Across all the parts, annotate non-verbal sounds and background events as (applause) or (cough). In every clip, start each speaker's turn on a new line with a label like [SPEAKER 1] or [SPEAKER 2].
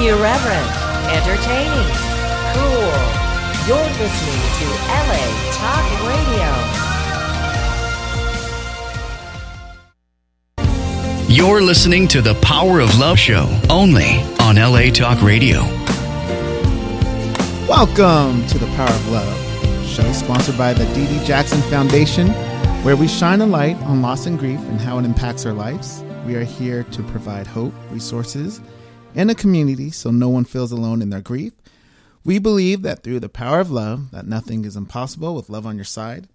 [SPEAKER 1] irreverent, entertaining, cool. You're listening to LA Talk Radio.
[SPEAKER 2] You're listening to the Power of Love Show only on LA Talk Radio.
[SPEAKER 3] Welcome to the Power of Love, show sponsored by the D.D. Jackson Foundation, where we shine a light on loss and grief and how it impacts our lives. We are here to provide hope, resources, and a community so no one feels alone in their grief. We believe that through the power of love, that nothing is impossible with love on your side.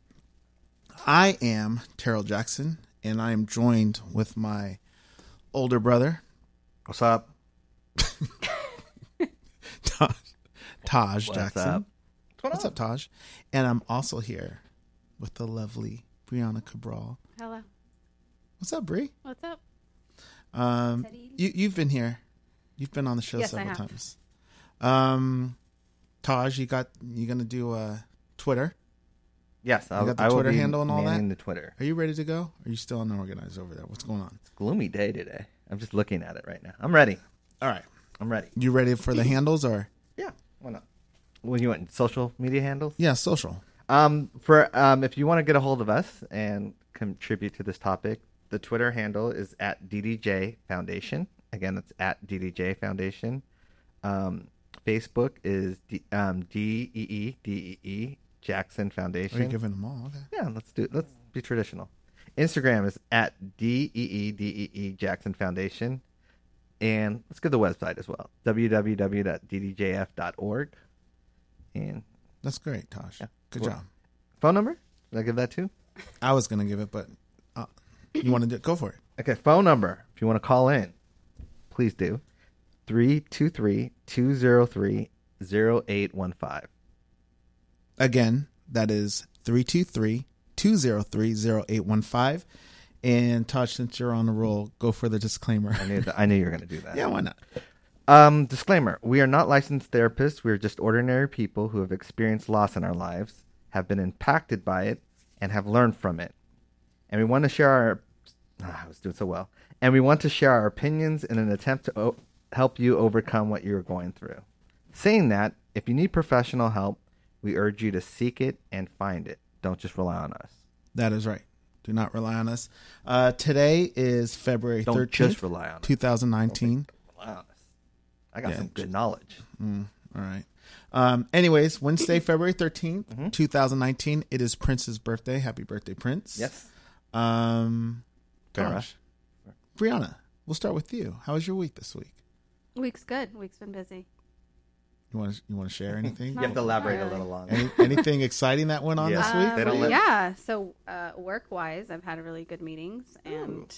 [SPEAKER 3] I am Terrell Jackson, and I am joined with my older brother,
[SPEAKER 4] What's up?
[SPEAKER 3] Taj, Taj
[SPEAKER 4] What's
[SPEAKER 3] Jackson.
[SPEAKER 4] up?
[SPEAKER 3] What's up, Taj? And I'm also here with the lovely Brianna Cabral.
[SPEAKER 5] Hello.
[SPEAKER 3] What's up, Bri?
[SPEAKER 5] What's up?
[SPEAKER 3] Um, you, you've been here. You've been on the show
[SPEAKER 5] Yes, I
[SPEAKER 3] several
[SPEAKER 5] have.
[SPEAKER 3] times. Um, Taj, you got you gonna do uh, Twitter?
[SPEAKER 4] Yes, I,
[SPEAKER 3] got the
[SPEAKER 4] I will
[SPEAKER 3] Twitter
[SPEAKER 4] be
[SPEAKER 3] handle and all that?
[SPEAKER 4] manning the Twitter.
[SPEAKER 3] Are you ready to go? Are you still unorganized over there? What's going on?
[SPEAKER 4] Gloomy day today. I'm just looking at it right now. I'm ready.
[SPEAKER 3] All right,
[SPEAKER 4] I'm ready.
[SPEAKER 3] you ready for the handles or
[SPEAKER 4] Yeah. Why not? Well, you want social media handles?
[SPEAKER 3] yeah, social?
[SPEAKER 4] Um, for um, if you want to get a hold of us and contribute to this topic, the Twitter handle is at DDJ Foundation. Again, that's at DDJ Foundation. Um, Facebook is D, um, D E E D E E Jackson
[SPEAKER 3] Are you
[SPEAKER 4] Foundation.
[SPEAKER 3] giving them all? Okay.
[SPEAKER 4] Yeah, let's do. Let's be traditional. Instagram is at D E E D E E Jackson Foundation, and let's give the website as well. www.ddjf.org. And
[SPEAKER 3] That's great, Taj. Good
[SPEAKER 4] Cool.
[SPEAKER 3] job.
[SPEAKER 4] phone number? Did I give that too?
[SPEAKER 3] I was gonna give it, but uh, you want to do go for it?
[SPEAKER 4] Okay, phone number. If you want to call in, please do. 323-203-0815.
[SPEAKER 3] Again, that is 323-203-0815. And Taj, since you're on the roll, go for the disclaimer.
[SPEAKER 4] I knew, th- I knew you were going to do that.
[SPEAKER 3] (laughs) yeah, why not?
[SPEAKER 4] Um, disclaimer: We are not licensed therapists. We are just ordinary people who have experienced loss in our lives, have been impacted by it, and have learned from it. And we want to share our. Ah, I was doing so well. And we want to share our opinions in an attempt to o- help you overcome what you are going through. Saying that, if you need professional help, we urge you to seek it and find it. Don't just rely on us.
[SPEAKER 3] That is right. Do not rely on us. Uh, today is February
[SPEAKER 4] Don't
[SPEAKER 3] 13th,
[SPEAKER 4] just rely on us.
[SPEAKER 3] 2019.
[SPEAKER 4] Rely on us. I got
[SPEAKER 3] Yeah,
[SPEAKER 4] some good knowledge.
[SPEAKER 3] All right. Um, anyways,
[SPEAKER 4] (clears throat)
[SPEAKER 3] Wednesday, February 13th,
[SPEAKER 4] Mm-hmm.
[SPEAKER 3] 2019, it is Prince's birthday. Happy birthday, Prince.
[SPEAKER 4] Yes.
[SPEAKER 3] Um,
[SPEAKER 4] Fair
[SPEAKER 3] gosh. Brianna, we'll start with you. How was your week this week?
[SPEAKER 5] Week's good. Week's been busy.
[SPEAKER 3] You want to you want to share
[SPEAKER 4] (laughs)
[SPEAKER 3] anything?
[SPEAKER 4] You have to elaborate a little
[SPEAKER 3] (laughs)
[SPEAKER 4] longer.
[SPEAKER 3] Any, anything exciting that went on
[SPEAKER 4] Yeah.
[SPEAKER 3] this week?
[SPEAKER 4] They don't
[SPEAKER 5] Um,
[SPEAKER 4] let-
[SPEAKER 5] yeah. So uh, work wise, I've had really good meetings, and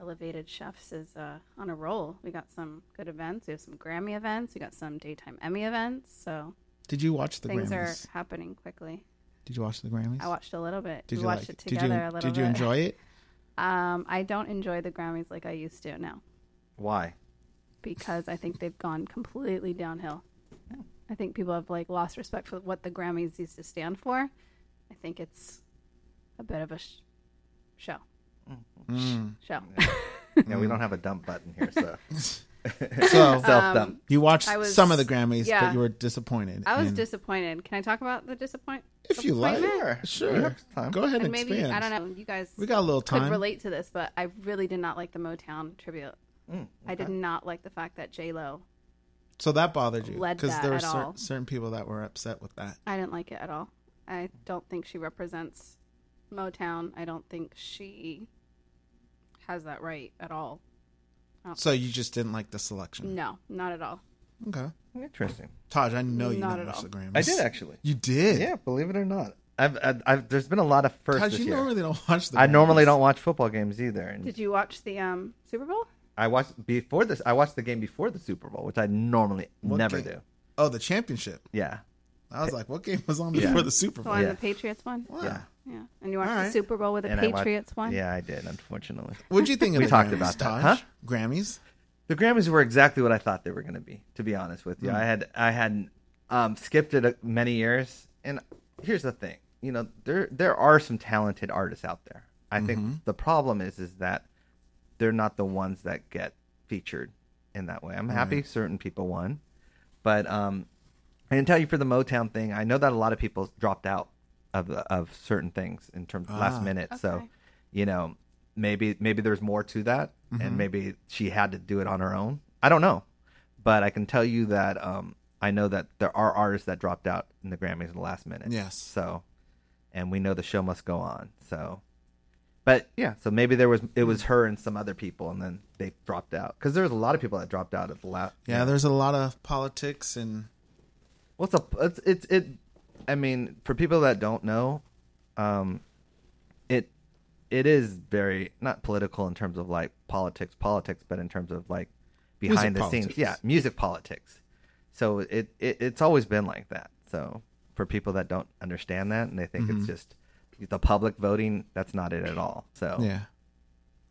[SPEAKER 5] Elevated Chefs is uh, on a roll. We got some good events. We have some Grammy events. We got some daytime Emmy events. So
[SPEAKER 3] Did you watch the
[SPEAKER 5] things
[SPEAKER 3] Grammys?
[SPEAKER 5] are happening quickly.
[SPEAKER 3] Did you watch the Grammys?
[SPEAKER 5] I watched a little bit.
[SPEAKER 3] Did
[SPEAKER 5] we
[SPEAKER 3] you
[SPEAKER 5] watched
[SPEAKER 3] like
[SPEAKER 5] it together
[SPEAKER 3] Did you,
[SPEAKER 5] a little
[SPEAKER 3] did you
[SPEAKER 5] bit.
[SPEAKER 3] enjoy
[SPEAKER 5] (laughs)
[SPEAKER 3] it?
[SPEAKER 5] Um, I don't enjoy the Grammys like I used to now
[SPEAKER 4] Why?
[SPEAKER 5] because I think they've gone completely downhill. I think people have like lost respect for what the Grammys used to stand for. I think it's a bit of a sh- show.
[SPEAKER 3] Mm-hmm.
[SPEAKER 5] Show.
[SPEAKER 4] Yeah, we don't have a dump button here, so
[SPEAKER 3] So
[SPEAKER 5] Um,
[SPEAKER 4] self dump.
[SPEAKER 3] you watched
[SPEAKER 5] I was-
[SPEAKER 3] some of the Grammys, but
[SPEAKER 5] yeah.
[SPEAKER 3] you were disappointed.
[SPEAKER 5] I was
[SPEAKER 3] And
[SPEAKER 5] disappointed. Can I talk about the disappointment?
[SPEAKER 3] If you like,
[SPEAKER 4] We
[SPEAKER 3] sure.
[SPEAKER 4] have time.
[SPEAKER 3] Go ahead and,
[SPEAKER 5] And maybe
[SPEAKER 3] expand.
[SPEAKER 5] I don't know. You guys
[SPEAKER 3] We got a little
[SPEAKER 5] could
[SPEAKER 3] time.
[SPEAKER 5] relate to this, but I really did not like the Motown tribute.
[SPEAKER 3] Mm,
[SPEAKER 5] I did not like the fact that J Lo.
[SPEAKER 3] So that bothered you
[SPEAKER 5] Led
[SPEAKER 3] because
[SPEAKER 5] that
[SPEAKER 3] there were
[SPEAKER 5] at all.
[SPEAKER 3] certain, certain people that were upset with that.
[SPEAKER 5] I didn't like it at all. I don't think she represents Motown. I don't think she has that right at all.
[SPEAKER 3] So you just didn't like the selection.
[SPEAKER 5] No, not at all.
[SPEAKER 3] Okay,
[SPEAKER 4] Interesting.
[SPEAKER 3] Taj, I know you
[SPEAKER 5] Not
[SPEAKER 3] didn't
[SPEAKER 5] at
[SPEAKER 3] watch
[SPEAKER 5] all.
[SPEAKER 3] the Grammys.
[SPEAKER 4] I did actually.
[SPEAKER 3] You did.
[SPEAKER 4] Yeah, believe it or not, I've, I've, I've there's been a lot of firsts
[SPEAKER 3] Taj,
[SPEAKER 4] this
[SPEAKER 3] you
[SPEAKER 4] year.
[SPEAKER 3] normally don't watch the.
[SPEAKER 4] I normally
[SPEAKER 3] Grammys.
[SPEAKER 4] don't watch football games either, and
[SPEAKER 5] Did you watch the um, Super Bowl?
[SPEAKER 4] I watched before this. I watched the game before the Super Bowl, which I normally
[SPEAKER 3] What
[SPEAKER 4] never
[SPEAKER 3] game?
[SPEAKER 4] do.
[SPEAKER 3] Oh, the championship.
[SPEAKER 4] Yeah,
[SPEAKER 3] I was like, what game was on
[SPEAKER 4] Yeah.
[SPEAKER 3] before the Super
[SPEAKER 5] The
[SPEAKER 3] Bowl?
[SPEAKER 5] one
[SPEAKER 4] Yeah.
[SPEAKER 5] the Patriots won.
[SPEAKER 3] Wow.
[SPEAKER 4] yeah.
[SPEAKER 5] Yeah, and you watched
[SPEAKER 3] Alright.
[SPEAKER 5] the Super Bowl with the
[SPEAKER 4] And I watched-
[SPEAKER 5] Patriots won.
[SPEAKER 4] Yeah, I did. Unfortunately,
[SPEAKER 3] What'd you think of
[SPEAKER 4] We
[SPEAKER 3] the
[SPEAKER 4] talked
[SPEAKER 3] Grammys,
[SPEAKER 4] about that,
[SPEAKER 3] Taj?
[SPEAKER 4] huh?
[SPEAKER 3] Grammys.
[SPEAKER 4] the Grammys were exactly what I thought they were going to be. To be honest with you, I had I had um, skipped it uh, many years, and here's the thing. You know, there there are some talented artists out there. Mm-hmm. I think the problem is is that they're not the ones that get featured in that way. I'm happy certain people won, but um, I can tell you for the Motown thing, I know that a lot of people dropped out of of certain things in terms last minute. So,
[SPEAKER 5] Okay.
[SPEAKER 4] you know, maybe maybe there's more to that, and maybe she had to do it on her own. I don't know, but I can tell you that um, I know that there are artists that dropped out in the Grammys in the last minute.
[SPEAKER 3] Yes.
[SPEAKER 4] So, and we know the show must go on. So, but yeah, so maybe there was it was her and some other people, and then they dropped out because there was a lot of people that dropped out at the last.
[SPEAKER 3] Yeah, there's a lot of politics and
[SPEAKER 4] What's up? It's it's it. I mean, for people that don't know, um, it it is very not political in terms of like politics, politics, but in terms of like behind
[SPEAKER 3] Music
[SPEAKER 4] the
[SPEAKER 3] politics.
[SPEAKER 4] scenes, yeah, music politics. So it, it it's always been like that. So for people that don't understand that and they think
[SPEAKER 3] Mm-hmm.
[SPEAKER 4] it's just the public voting, that's not it at all. So
[SPEAKER 3] yeah.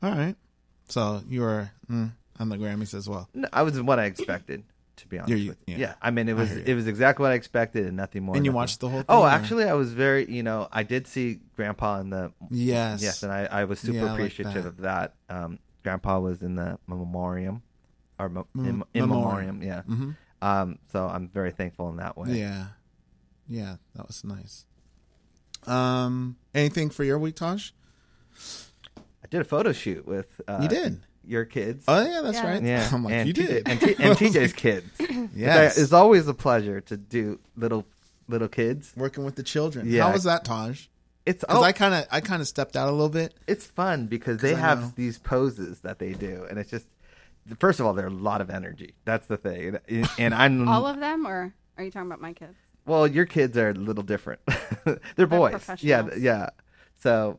[SPEAKER 3] All right. So you are mm, on the Grammys as well.
[SPEAKER 4] No, I was what I expected. To be honest,
[SPEAKER 3] Yeah, you-
[SPEAKER 4] with
[SPEAKER 3] yeah.
[SPEAKER 4] yeah. I mean, it was
[SPEAKER 3] hear you.
[SPEAKER 4] it was exactly what I expected, and nothing more.
[SPEAKER 3] And you
[SPEAKER 4] nothing-
[SPEAKER 3] watched the whole thing,
[SPEAKER 4] Oh,
[SPEAKER 3] or-
[SPEAKER 4] actually, I was very, you know, I did see Grandpa in the
[SPEAKER 3] Yes.
[SPEAKER 4] yes, and I, I was super
[SPEAKER 3] Yeah, I like
[SPEAKER 4] appreciative
[SPEAKER 3] that.
[SPEAKER 4] of that. Um, Grandpa was in the memoriam, or mo- in, in
[SPEAKER 3] memoriam. Mm-hmm.
[SPEAKER 4] memoriam, yeah. Um, so I'm very thankful in that way.
[SPEAKER 3] yeah. Yeah, that was nice. Um anything for your week, Taj?
[SPEAKER 4] I did a photo shoot with uh,
[SPEAKER 3] You did?
[SPEAKER 4] your kids.
[SPEAKER 3] Oh yeah, that's
[SPEAKER 5] Yeah.
[SPEAKER 3] right.
[SPEAKER 4] yeah,
[SPEAKER 3] (laughs) I'm like,
[SPEAKER 4] and
[SPEAKER 3] you
[SPEAKER 4] TJ
[SPEAKER 3] did.
[SPEAKER 4] and, T-
[SPEAKER 3] (laughs)
[SPEAKER 4] and TJ's kids.
[SPEAKER 3] Yes.
[SPEAKER 4] it's always a pleasure to do little little kids.
[SPEAKER 3] Working with the children.
[SPEAKER 4] Yeah.
[SPEAKER 3] How was that, Taj?
[SPEAKER 4] It's
[SPEAKER 3] Because
[SPEAKER 4] oh,
[SPEAKER 3] I kind of I kind of stepped out a little bit.
[SPEAKER 4] it's fun because they
[SPEAKER 3] I
[SPEAKER 4] have
[SPEAKER 3] know.
[SPEAKER 4] these poses that they do, and it's just first of all, they're a lot of energy. That's the thing, and, and I'm
[SPEAKER 5] (laughs) All of them, or are you talking about my kids?
[SPEAKER 4] well, your kids are a little different. (laughs) they're boys, yeah, th-
[SPEAKER 5] professionals.
[SPEAKER 4] yeah. So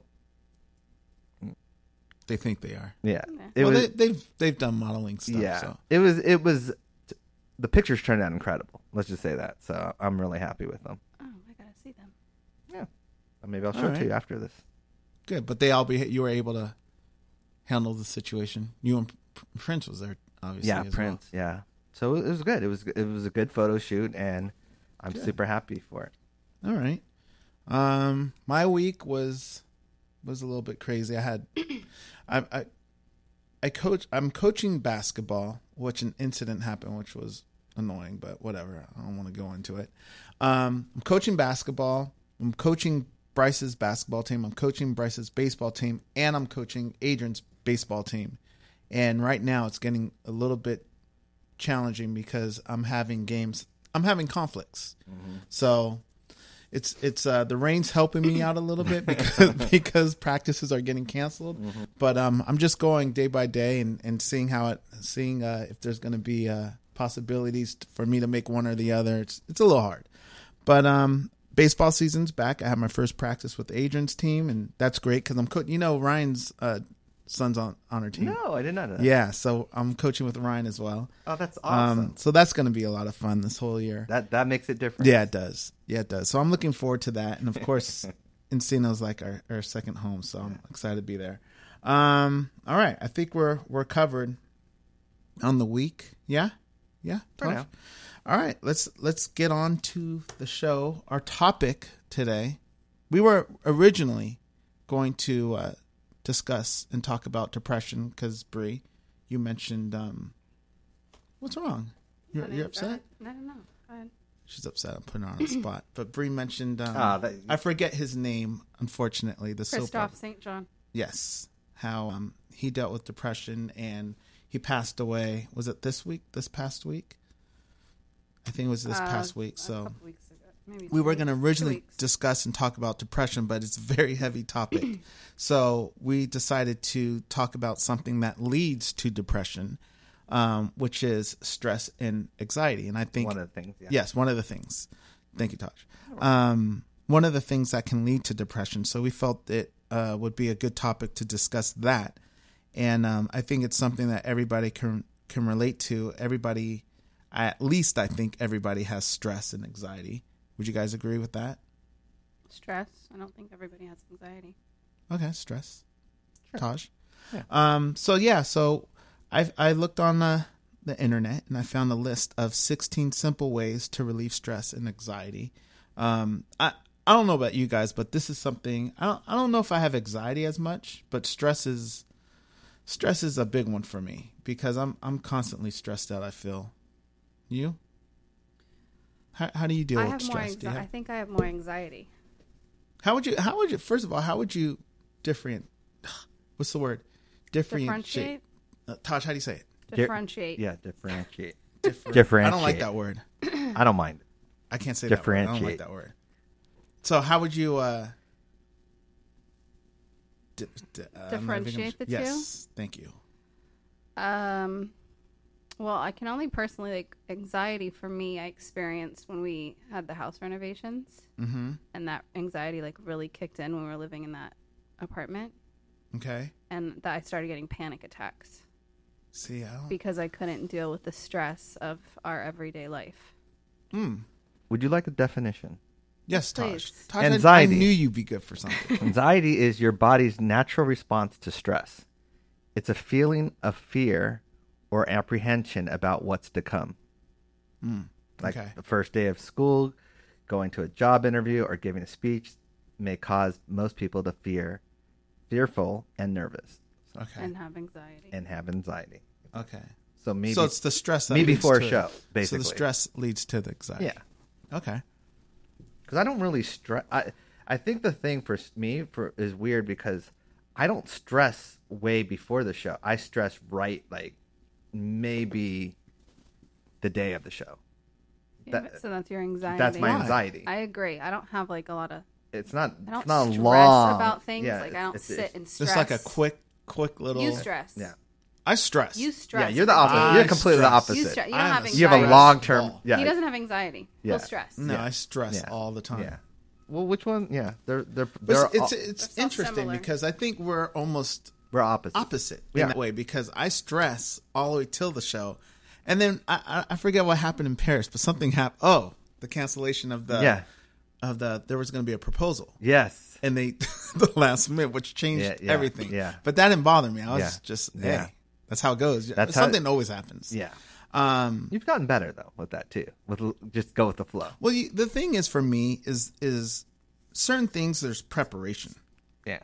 [SPEAKER 3] They think they are.
[SPEAKER 4] yeah, it
[SPEAKER 3] well,
[SPEAKER 4] was
[SPEAKER 3] they, they've they've done modeling stuff.
[SPEAKER 4] yeah,
[SPEAKER 3] So.
[SPEAKER 4] it was it was the pictures turned out incredible. Let's just say that. So I'm really happy with them.
[SPEAKER 5] Oh, I gotta see them.
[SPEAKER 4] Yeah, maybe I'll show
[SPEAKER 3] All
[SPEAKER 4] it
[SPEAKER 3] right.
[SPEAKER 4] to you after this.
[SPEAKER 3] Good, but they all be you were able to handle the situation. You and P- Prince was there, obviously.
[SPEAKER 4] Yeah,
[SPEAKER 3] as well.
[SPEAKER 4] Prince. Yeah, so it was good. It was it was a good photo shoot, and I'm super happy for it.
[SPEAKER 3] All right. Um, my week was was a little bit crazy. I had I I, I coach. I'm coaching basketball, which an incident happened, which was annoying, but whatever. I don't want to go into it. Um, I'm coaching basketball. I'm coaching Bryce's basketball team. I'm coaching Bryce's baseball team, and I'm coaching Adrian's baseball team. And right now, it's getting a little bit challenging because I'm having games. I'm having conflicts. So it's it's uh, the rain's helping me out a little bit because because practices are getting canceled. But um, I'm just going day by day and, and seeing how it seeing uh, if there's going to be uh, possibilities for me to make one or the other. It's it's a little hard, but um, baseball season's back. I had my first practice with Adrian's team, and that's great because I'm co- you know Ryan's uh, son's on on her team.
[SPEAKER 4] No, I did not know that.
[SPEAKER 3] Yeah, so I'm coaching with Ryan as well.
[SPEAKER 4] Oh, that's awesome.
[SPEAKER 3] Um, so that's going to be a lot of fun this whole year.
[SPEAKER 4] That that makes it different.
[SPEAKER 3] Yeah, it does. Yeah, it does. So I'm looking forward to that. And of course, Encino's like our, our second home, so I'm excited to be there. Um, all right, I think we're we're covered on the week. Yeah, yeah. Tosh?
[SPEAKER 4] now.
[SPEAKER 3] All right, let's let's get on to the show. Our topic today, we were originally going to uh, discuss and talk about depression because Brie, you mentioned um, what's wrong? You're, you're upset.
[SPEAKER 5] No, no, no. Go ahead.
[SPEAKER 3] She's upset. I'm putting her
[SPEAKER 5] (clears throat)
[SPEAKER 3] on the spot. But Bree mentioned um,
[SPEAKER 4] Ah, that-
[SPEAKER 3] I forget his name. Unfortunately, the soap
[SPEAKER 5] Christoph
[SPEAKER 3] opera-
[SPEAKER 5] St. John.
[SPEAKER 3] Yes, how um, he dealt with depression and he passed away. Was it this week? This past week? I think it was this past week.
[SPEAKER 5] Uh, a
[SPEAKER 3] So
[SPEAKER 5] couple weeks ago. Maybe
[SPEAKER 3] we
[SPEAKER 5] two
[SPEAKER 3] were going to
[SPEAKER 5] weeks- two
[SPEAKER 3] originally
[SPEAKER 5] weeks.
[SPEAKER 3] discuss and talk about depression, but it's a very heavy
[SPEAKER 5] (clears throat)
[SPEAKER 3] topic. so we decided to talk about something that leads to depression, um, which is stress and anxiety. And I think
[SPEAKER 4] One of the things. Yeah.
[SPEAKER 3] Yes, one of the things. Thank you, Taj. Um, one of the things that can lead to depression. So we felt it uh, would be a good topic to discuss that, and um, I think it's something that everybody can can relate to. Everybody, at least I think everybody has stress and anxiety. Would you guys agree with that?
[SPEAKER 5] Stress. I don't think everybody has anxiety.
[SPEAKER 3] Okay, stress. Taj. Um, so yeah, so I I looked on the the internet and I found a list of 16 simple ways to relieve stress and anxiety. Um, I I don't know about you guys, but this is something I don't I don't know if I have anxiety as much, but stress is stress is a big one for me because I'm I'm constantly stressed out. I feel you. How how do you deal
[SPEAKER 5] I
[SPEAKER 3] with
[SPEAKER 5] have more.
[SPEAKER 3] stress?
[SPEAKER 5] Anxi-
[SPEAKER 3] Do you
[SPEAKER 5] I
[SPEAKER 3] have,
[SPEAKER 5] think I have more anxiety.
[SPEAKER 3] how would you how would you first of all how would you different? What's the word?
[SPEAKER 5] Differentiate.
[SPEAKER 3] Differentiate. Uh, Tosh, how do you say it?
[SPEAKER 4] Di-
[SPEAKER 5] Differentiate.
[SPEAKER 4] yeah, differentiate.
[SPEAKER 3] Different. I
[SPEAKER 4] Differentiate.
[SPEAKER 3] don't like that word.
[SPEAKER 4] I don't mind.
[SPEAKER 3] I can't say differentiate. I don't like
[SPEAKER 4] Differentiate.
[SPEAKER 3] that word. So how would you uh, di- di- uh, I'm not even gonna-
[SPEAKER 5] Differentiate the two?
[SPEAKER 3] Yes, thank you.
[SPEAKER 5] Um, well, I can only personally like anxiety for me. I experienced when we had the house renovations,
[SPEAKER 3] Mm-hmm.
[SPEAKER 5] and that anxiety like really kicked in when we were living in that apartment,
[SPEAKER 3] Okay.
[SPEAKER 5] and that I started getting panic attacks
[SPEAKER 3] See, I
[SPEAKER 4] Mm.
[SPEAKER 3] don't.
[SPEAKER 5] because I couldn't deal with the stress of our everyday life.
[SPEAKER 3] Mm.
[SPEAKER 4] Would you like a definition?
[SPEAKER 3] Yes, Tosh.
[SPEAKER 5] Please.
[SPEAKER 3] Tosh I- I,
[SPEAKER 4] Anxiety.
[SPEAKER 3] knew you'd be good for
[SPEAKER 4] (laughs)
[SPEAKER 3] something.
[SPEAKER 4] Anxiety is your body's natural response to stress. It's a feeling of fear or apprehension about what's to come. Like
[SPEAKER 3] Okay.
[SPEAKER 4] the first day of school, going to a job interview, or giving a speech may cause most people to fear, fearful, and nervous
[SPEAKER 3] Okay.
[SPEAKER 5] and have anxiety.
[SPEAKER 4] and have anxiety.
[SPEAKER 3] Okay.
[SPEAKER 4] So maybe
[SPEAKER 3] so it's the stress. That
[SPEAKER 4] me
[SPEAKER 3] leads
[SPEAKER 4] before a
[SPEAKER 3] to it.
[SPEAKER 4] show,
[SPEAKER 3] So
[SPEAKER 4] basically.
[SPEAKER 3] the stress leads to the anxiety.
[SPEAKER 4] Yeah.
[SPEAKER 3] Okay.
[SPEAKER 4] because I don't really stress. I I think the thing for s- me for is weird because I don't stress way before the show. I stress right like maybe the day of the show.
[SPEAKER 5] Yeah,
[SPEAKER 4] that-
[SPEAKER 5] so that's your anxiety.
[SPEAKER 4] That's my
[SPEAKER 3] Why?
[SPEAKER 4] anxiety.
[SPEAKER 5] I agree. I don't have like a lot of.
[SPEAKER 4] it's not.
[SPEAKER 5] I don't
[SPEAKER 4] it's not
[SPEAKER 5] stress
[SPEAKER 4] long
[SPEAKER 5] about things.
[SPEAKER 4] Yeah,
[SPEAKER 5] like
[SPEAKER 4] it's-
[SPEAKER 5] I don't
[SPEAKER 4] it's-
[SPEAKER 5] sit
[SPEAKER 4] it's-
[SPEAKER 5] and stress.
[SPEAKER 3] Just like a quick, quick little.
[SPEAKER 5] You stress.
[SPEAKER 4] Yeah.
[SPEAKER 3] I stress.
[SPEAKER 5] You
[SPEAKER 4] Yeah,
[SPEAKER 5] stress.
[SPEAKER 4] you're the opposite.
[SPEAKER 3] I
[SPEAKER 4] You're completely the
[SPEAKER 3] stress.
[SPEAKER 4] opposite.
[SPEAKER 5] You
[SPEAKER 4] You,
[SPEAKER 5] stress. You don't
[SPEAKER 3] I'm
[SPEAKER 5] have
[SPEAKER 3] a
[SPEAKER 5] anxiety.
[SPEAKER 3] stress
[SPEAKER 4] have a long term.
[SPEAKER 3] ball.
[SPEAKER 4] Yeah.
[SPEAKER 5] He doesn't have anxiety.
[SPEAKER 4] Yeah.
[SPEAKER 5] He'll stress.
[SPEAKER 3] No,
[SPEAKER 4] Yeah.
[SPEAKER 3] I stress
[SPEAKER 4] Yeah.
[SPEAKER 3] all the time.
[SPEAKER 4] Yeah. Well, which one? Yeah, they're they're
[SPEAKER 3] But
[SPEAKER 4] they're
[SPEAKER 3] it's
[SPEAKER 4] all-
[SPEAKER 3] it's,
[SPEAKER 5] They're so
[SPEAKER 3] interesting
[SPEAKER 5] similar.
[SPEAKER 3] because I think we're almost
[SPEAKER 4] we're opposite.
[SPEAKER 3] opposite
[SPEAKER 4] Yeah.
[SPEAKER 3] in that way because I stress all the way till the show, and then I I I forget what happened in Paris, but something happened. Oh, the cancellation of the
[SPEAKER 4] Yeah.
[SPEAKER 3] of the there was going to be a proposal,
[SPEAKER 4] Yes.
[SPEAKER 3] and they (laughs) the last minute, which changed
[SPEAKER 4] Yeah, yeah,
[SPEAKER 3] everything.
[SPEAKER 4] yeah.
[SPEAKER 3] but that didn't bother me. I was
[SPEAKER 4] Yeah.
[SPEAKER 3] just hey,
[SPEAKER 4] Yeah.
[SPEAKER 3] that's how it goes.
[SPEAKER 4] That's how-
[SPEAKER 3] something always happens.
[SPEAKER 4] Yeah.
[SPEAKER 3] Um.
[SPEAKER 4] You've gotten better though with that too. With l- just go with the flow.
[SPEAKER 3] Well, you, the thing is for me is is certain things there's preparation,
[SPEAKER 4] Yeah.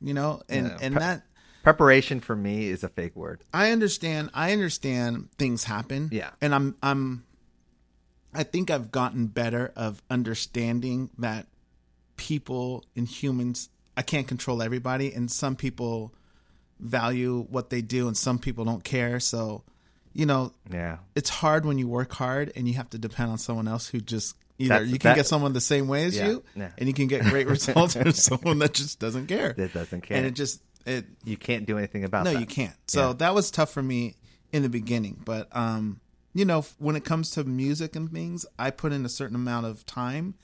[SPEAKER 3] you know, and
[SPEAKER 4] Yeah.
[SPEAKER 3] and
[SPEAKER 4] Pre-
[SPEAKER 3] that
[SPEAKER 4] Preparation for me is a fake word.
[SPEAKER 3] I understand. I understand things happen.
[SPEAKER 4] Yeah.
[SPEAKER 3] and I'm I'm. I think I've gotten better of understanding that people and humans. I can't control everybody, and some people value what they do, and some people don't care. So, you know,
[SPEAKER 4] Yeah.
[SPEAKER 3] it's hard when you work hard and you have to depend on someone else who just either
[SPEAKER 4] That's-
[SPEAKER 3] you can
[SPEAKER 4] that-
[SPEAKER 3] get someone the same way as
[SPEAKER 4] Yeah,
[SPEAKER 3] you,
[SPEAKER 4] yeah.
[SPEAKER 3] and you can get great results, (laughs) or someone that just doesn't care.
[SPEAKER 4] That doesn't care.
[SPEAKER 3] and it just it
[SPEAKER 4] you can't do anything about
[SPEAKER 3] no
[SPEAKER 4] that.
[SPEAKER 3] you can't so
[SPEAKER 4] Yeah.
[SPEAKER 3] that was tough for me in the beginning but um you know f- when it comes to music and things i put in a certain amount of time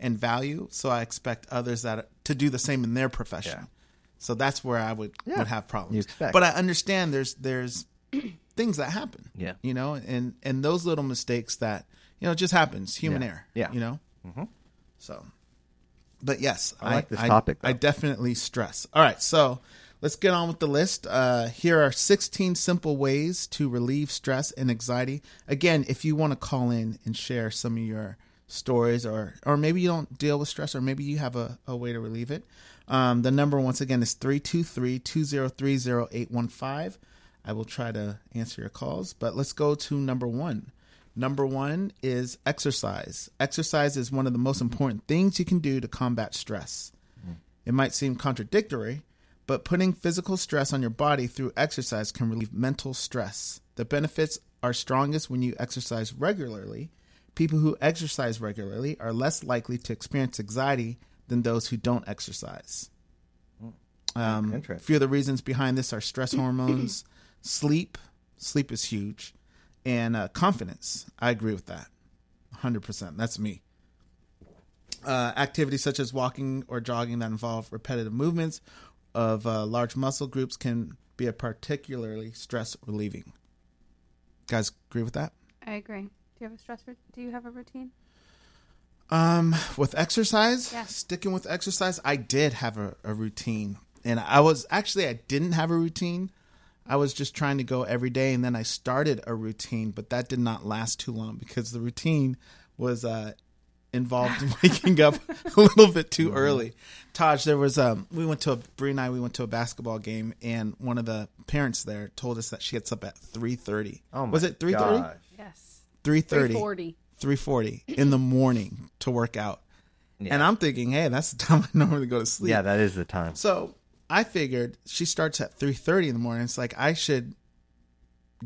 [SPEAKER 3] and value so i expect others that to do the same in their profession
[SPEAKER 4] Yeah.
[SPEAKER 3] so that's where i would
[SPEAKER 4] Yeah.
[SPEAKER 3] would have problems
[SPEAKER 4] You expect.
[SPEAKER 3] but i understand there's there's (clears throat) things that happen
[SPEAKER 4] Yeah.
[SPEAKER 3] you know and and those little mistakes that you know it just happens human
[SPEAKER 4] Yeah.
[SPEAKER 3] error
[SPEAKER 4] Yeah. Mm-hmm.
[SPEAKER 3] you know so but yes,
[SPEAKER 4] I like this topic, though.
[SPEAKER 3] I definitely stress. All right, so let's get on with the list. Uh, here are 16 simple ways to relieve stress and anxiety. Again, if you want to call in and share some of your stories, or or maybe you don't deal with stress, or maybe you have a, a way to relieve it. Um, the number once again is 323-203-0815. I will try to answer your calls, but let's go to number one. Number one is exercise. Exercise is one of the most important things you can do to combat stress. It might seem contradictory, but putting physical stress on your body through exercise can relieve mental stress. The benefits are strongest when you exercise regularly. People who exercise regularly are less likely to experience anxiety than those who don't exercise. Um, a
[SPEAKER 4] Interesting.
[SPEAKER 3] few of the reasons behind this are stress hormones, sleep, sleep is huge, and uh, confidence. I agree with that 100%. That's me uh, activities such as walking or jogging that involve repetitive movements of uh, large muscle groups can be a particularly stress relieving. Guys, agree with that?
[SPEAKER 5] I agree. Do you have a stress? Re- do you have a routine?
[SPEAKER 3] Um, with exercise,
[SPEAKER 5] Yeah.
[SPEAKER 3] sticking with exercise, I did have a, a routine, and I was actually I didn't have a routine. I was just trying to go every day, and then I started a routine, but that did not last too long because the routine was uh, involved in waking up a little bit
[SPEAKER 4] Mm-hmm.
[SPEAKER 3] too early. Taj, there was um we went to a Bree and I we went to a basketball game and one of the parents there told us that she gets up at three thirty.
[SPEAKER 4] Oh my
[SPEAKER 3] was it three thirty?
[SPEAKER 4] gosh.
[SPEAKER 5] Yes.
[SPEAKER 3] Three thirty.
[SPEAKER 5] 340.
[SPEAKER 3] 340 in the morning to work out. And I'm thinking, hey, that's the (laughs) time I normally go to sleep.
[SPEAKER 4] Yeah, that is
[SPEAKER 3] (laughs)
[SPEAKER 4] the time.
[SPEAKER 3] So I figured she starts at 3.30 in the morning. It's like I should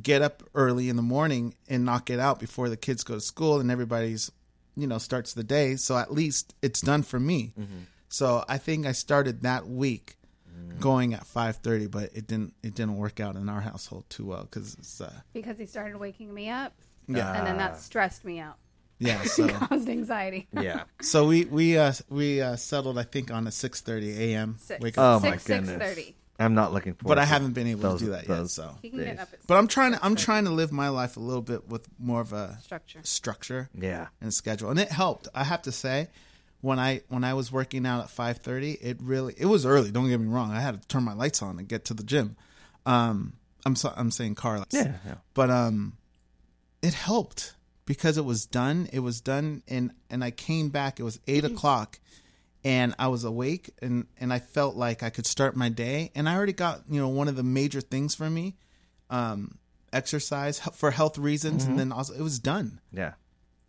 [SPEAKER 3] get up early in the morning and knock it out before the kids go to school and everybody's, you know, starts the day. So at least it's done for me. So I think I started that week going at 5.30, but it didn't, it didn't work out in our household too well. Cause it's, uh,
[SPEAKER 5] Because he started waking me up.
[SPEAKER 3] Yeah.
[SPEAKER 5] And then that stressed me out. (laughs)
[SPEAKER 3] yeah. So.
[SPEAKER 5] Caused anxiety.
[SPEAKER 4] Ah. Yeah.
[SPEAKER 3] So we we uh, we uh, settled, I think, on a six thirty a.m.
[SPEAKER 5] Six.
[SPEAKER 3] wake up,
[SPEAKER 4] Oh my
[SPEAKER 5] Six,
[SPEAKER 4] goodness.
[SPEAKER 5] 6:30.
[SPEAKER 4] I'm not looking forward.
[SPEAKER 3] but I
[SPEAKER 4] to
[SPEAKER 3] haven't been able
[SPEAKER 4] those-
[SPEAKER 3] to do that yet.
[SPEAKER 4] those
[SPEAKER 3] So,
[SPEAKER 5] He can
[SPEAKER 4] days.
[SPEAKER 5] get up at
[SPEAKER 3] but I'm trying to I'm trying to live my life a little bit with more of a
[SPEAKER 5] Structure.
[SPEAKER 3] structure
[SPEAKER 4] Yeah.
[SPEAKER 3] and schedule, and it helped. I have to say, when I when I was working out at five thirty, it really it was early. Don't get me wrong; I had to turn my lights on and get to the gym. Um, I'm so, I'm saying car lights.
[SPEAKER 4] Yeah, yeah.
[SPEAKER 3] but um, it helped because it was done. It was done, and and I came back. It was eight
[SPEAKER 4] Mm-hmm.
[SPEAKER 3] o'clock, and I was awake, and and I felt like I could start my day. And I already got you know one of the major things for me, um, exercise he- for health reasons,
[SPEAKER 4] Mm-hmm.
[SPEAKER 3] and then also it was done.
[SPEAKER 4] Yeah.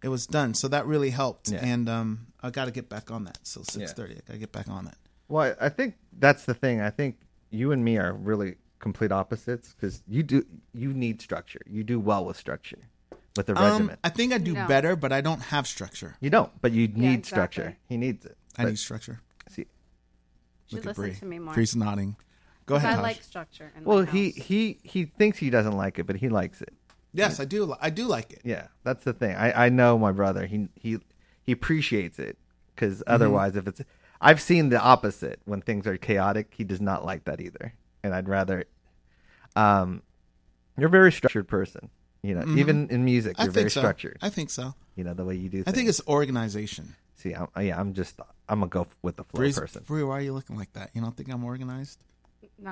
[SPEAKER 3] It was done, so that really helped.
[SPEAKER 4] Yeah.
[SPEAKER 3] And um, I got to get back on that. So six thirty, I got to get back on that.
[SPEAKER 4] Well, I I think that's the thing. I think you and me are really complete opposites because you do you need structure. You do well with structure, with a
[SPEAKER 3] Um,
[SPEAKER 4] regimen.
[SPEAKER 3] I think I do
[SPEAKER 5] No.
[SPEAKER 3] better, but I don't have structure.
[SPEAKER 4] You don't, but you need
[SPEAKER 5] exactly.
[SPEAKER 4] structure. He needs it.
[SPEAKER 3] I
[SPEAKER 4] But
[SPEAKER 3] need structure.
[SPEAKER 4] see,
[SPEAKER 5] Should listen to me more.
[SPEAKER 3] Bree's nodding. Go ahead.
[SPEAKER 5] I
[SPEAKER 3] Taj.
[SPEAKER 5] like structure. In my
[SPEAKER 4] well, he
[SPEAKER 5] house.
[SPEAKER 4] he he thinks he doesn't like it, but he likes it.
[SPEAKER 3] Yes, I do. li- I do like it.
[SPEAKER 4] Yeah, that's the thing. I, I know my brother. He he he appreciates it because otherwise, if it's I've seen the opposite when things are chaotic. He does not like that either, and I'd rather. Um, you're a very structured person. You know, even in music,
[SPEAKER 3] I
[SPEAKER 4] you're
[SPEAKER 3] think
[SPEAKER 4] very
[SPEAKER 3] so.
[SPEAKER 4] structured.
[SPEAKER 3] I think so.
[SPEAKER 4] you know the way you do.
[SPEAKER 3] I
[SPEAKER 4] Things.
[SPEAKER 3] think it's organization.
[SPEAKER 4] see. I'm, yeah, I'm just I'm a go f- with the flow
[SPEAKER 3] Bree's,
[SPEAKER 4] person.
[SPEAKER 3] Bree, why are you looking like that? You don't think I'm
[SPEAKER 4] (laughs)
[SPEAKER 3] organized? (laughs)
[SPEAKER 5] No.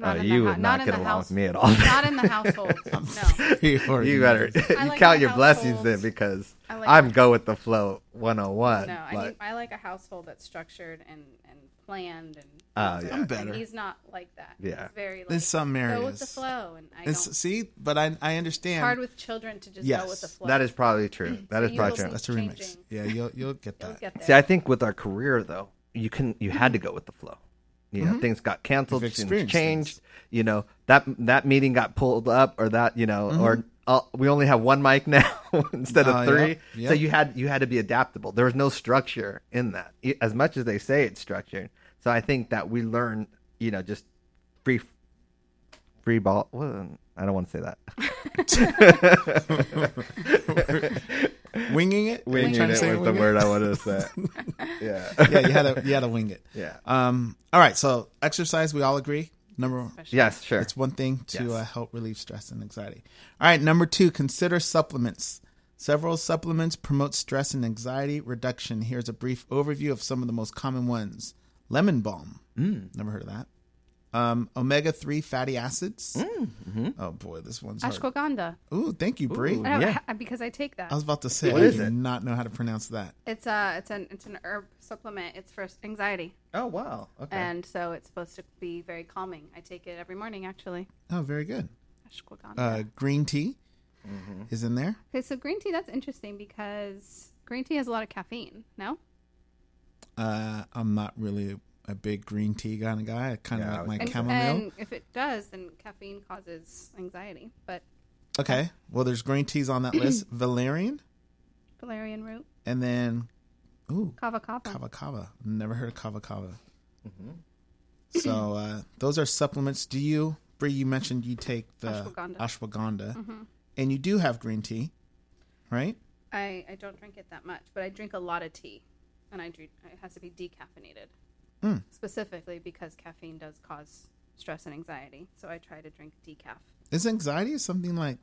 [SPEAKER 4] Uh,
[SPEAKER 5] Not in the
[SPEAKER 4] you
[SPEAKER 5] hou-
[SPEAKER 4] would not
[SPEAKER 5] in
[SPEAKER 4] get
[SPEAKER 5] the
[SPEAKER 4] along
[SPEAKER 5] house-
[SPEAKER 4] with me at all.
[SPEAKER 5] Not
[SPEAKER 4] (laughs)
[SPEAKER 5] in the household. no.
[SPEAKER 3] Pretty organized.
[SPEAKER 4] You better (laughs) you
[SPEAKER 5] I like
[SPEAKER 4] count
[SPEAKER 5] my
[SPEAKER 4] your blessings
[SPEAKER 5] household.
[SPEAKER 4] then because
[SPEAKER 5] I like
[SPEAKER 4] I'm
[SPEAKER 5] my-
[SPEAKER 4] go with the flow 101.
[SPEAKER 5] No, I,
[SPEAKER 4] but-
[SPEAKER 5] need, I like a household that's structured and, and planned and.
[SPEAKER 4] Oh, yeah. I'm
[SPEAKER 3] better.
[SPEAKER 5] And he's not like that.
[SPEAKER 4] Yeah.
[SPEAKER 5] He's very. Like,
[SPEAKER 3] In some
[SPEAKER 5] Go with
[SPEAKER 3] areas.
[SPEAKER 5] the flow, and I
[SPEAKER 3] It's-
[SPEAKER 5] don't.
[SPEAKER 3] see, but I I understand.
[SPEAKER 5] It's hard with children to just
[SPEAKER 3] Yes,
[SPEAKER 5] go with the flow.
[SPEAKER 4] That is probably (clears throat) true. That is
[SPEAKER 5] you
[SPEAKER 4] probably
[SPEAKER 5] will
[SPEAKER 4] true.
[SPEAKER 5] be-
[SPEAKER 3] That's a remix.
[SPEAKER 5] changing.
[SPEAKER 3] Yeah, you'll you'll get
[SPEAKER 5] You'll
[SPEAKER 3] that.
[SPEAKER 5] get there.
[SPEAKER 4] See, I think with our career though, you can you had to go with the flow. You know, things got canceled,
[SPEAKER 3] You've
[SPEAKER 4] Mm-hmm. things
[SPEAKER 3] experienced
[SPEAKER 4] changed. You know that that meeting got pulled up, or that you know, or uh, we only have one mic now (laughs) instead
[SPEAKER 3] Uh,
[SPEAKER 4] of
[SPEAKER 3] yeah,
[SPEAKER 4] three.
[SPEAKER 3] yeah.
[SPEAKER 4] So you had you had to be adaptable. There was no structure in that, E- as much as they say it's structured. So I think that we learn, you know, just free free ball. Well, I don't want to say that.
[SPEAKER 3] Winging it. Are you
[SPEAKER 4] Winging
[SPEAKER 3] trying to
[SPEAKER 4] it
[SPEAKER 3] say
[SPEAKER 4] was the
[SPEAKER 3] wing it?
[SPEAKER 4] word I wanted to say.
[SPEAKER 3] (laughs)
[SPEAKER 4] yeah.
[SPEAKER 3] yeah, you had to you had to wing it.
[SPEAKER 4] (laughs) Yeah.
[SPEAKER 3] Um. All right. So exercise, we all agree. Number one,
[SPEAKER 4] Yes, sure.
[SPEAKER 3] it's one thing to
[SPEAKER 4] Yes.
[SPEAKER 3] uh, help relieve stress and anxiety. All right. Number two, consider supplements. Several supplements promote stress and anxiety reduction. Here's a brief overview of some of the most common ones: lemon balm. Mm. Never heard of that. Um, omega three fatty acids.
[SPEAKER 4] Mm, mm-hmm.
[SPEAKER 3] Oh boy, this one's hard.
[SPEAKER 5] Ashwagandha.
[SPEAKER 3] Ooh, thank you, Brie.
[SPEAKER 5] I don't,
[SPEAKER 4] Yeah.
[SPEAKER 5] ha- (laughs) because I take that.
[SPEAKER 3] I was about to say,
[SPEAKER 4] What
[SPEAKER 3] I
[SPEAKER 4] is
[SPEAKER 3] do
[SPEAKER 4] it?
[SPEAKER 3] not know how to pronounce that.
[SPEAKER 5] It's a it's an it's an herb supplement. It's for anxiety,
[SPEAKER 4] Oh wow. Okay.
[SPEAKER 5] and so it's supposed to be very calming. I take it every morning, actually.
[SPEAKER 3] Oh, very good.
[SPEAKER 5] Ashwagandha.
[SPEAKER 3] Uh, green tea
[SPEAKER 4] Mm-hmm.
[SPEAKER 3] is in there.
[SPEAKER 5] okay, so green tea. That's interesting because green tea has a lot of caffeine. No,
[SPEAKER 3] Uh, I'm not really a big green tea kind of guy. I kind of
[SPEAKER 4] Yeah, I
[SPEAKER 3] like
[SPEAKER 4] was
[SPEAKER 3] my
[SPEAKER 5] and,
[SPEAKER 3] chamomile.
[SPEAKER 5] and uh, if it does, then caffeine causes anxiety. But
[SPEAKER 3] okay. Well, there's green teas on
[SPEAKER 5] (clears throat)
[SPEAKER 3] that list. Valerian,
[SPEAKER 5] valerian root,
[SPEAKER 3] and then ooh,
[SPEAKER 5] kava kava.
[SPEAKER 3] kava kava. Never heard of kava kava.
[SPEAKER 4] Mm-hmm.
[SPEAKER 3] So uh, those are supplements. Do you, Brie? You mentioned you take the
[SPEAKER 5] Ashwagandha. Mm-hmm.
[SPEAKER 3] ashwagandha, and you do have green tea, right?
[SPEAKER 5] I I don't drink it that much, but I drink a lot of tea, and I drink it has to be decaffeinated,
[SPEAKER 3] Hmm.
[SPEAKER 5] specifically because caffeine does cause stress and anxiety. So I try to drink decaf.
[SPEAKER 3] Is anxiety something like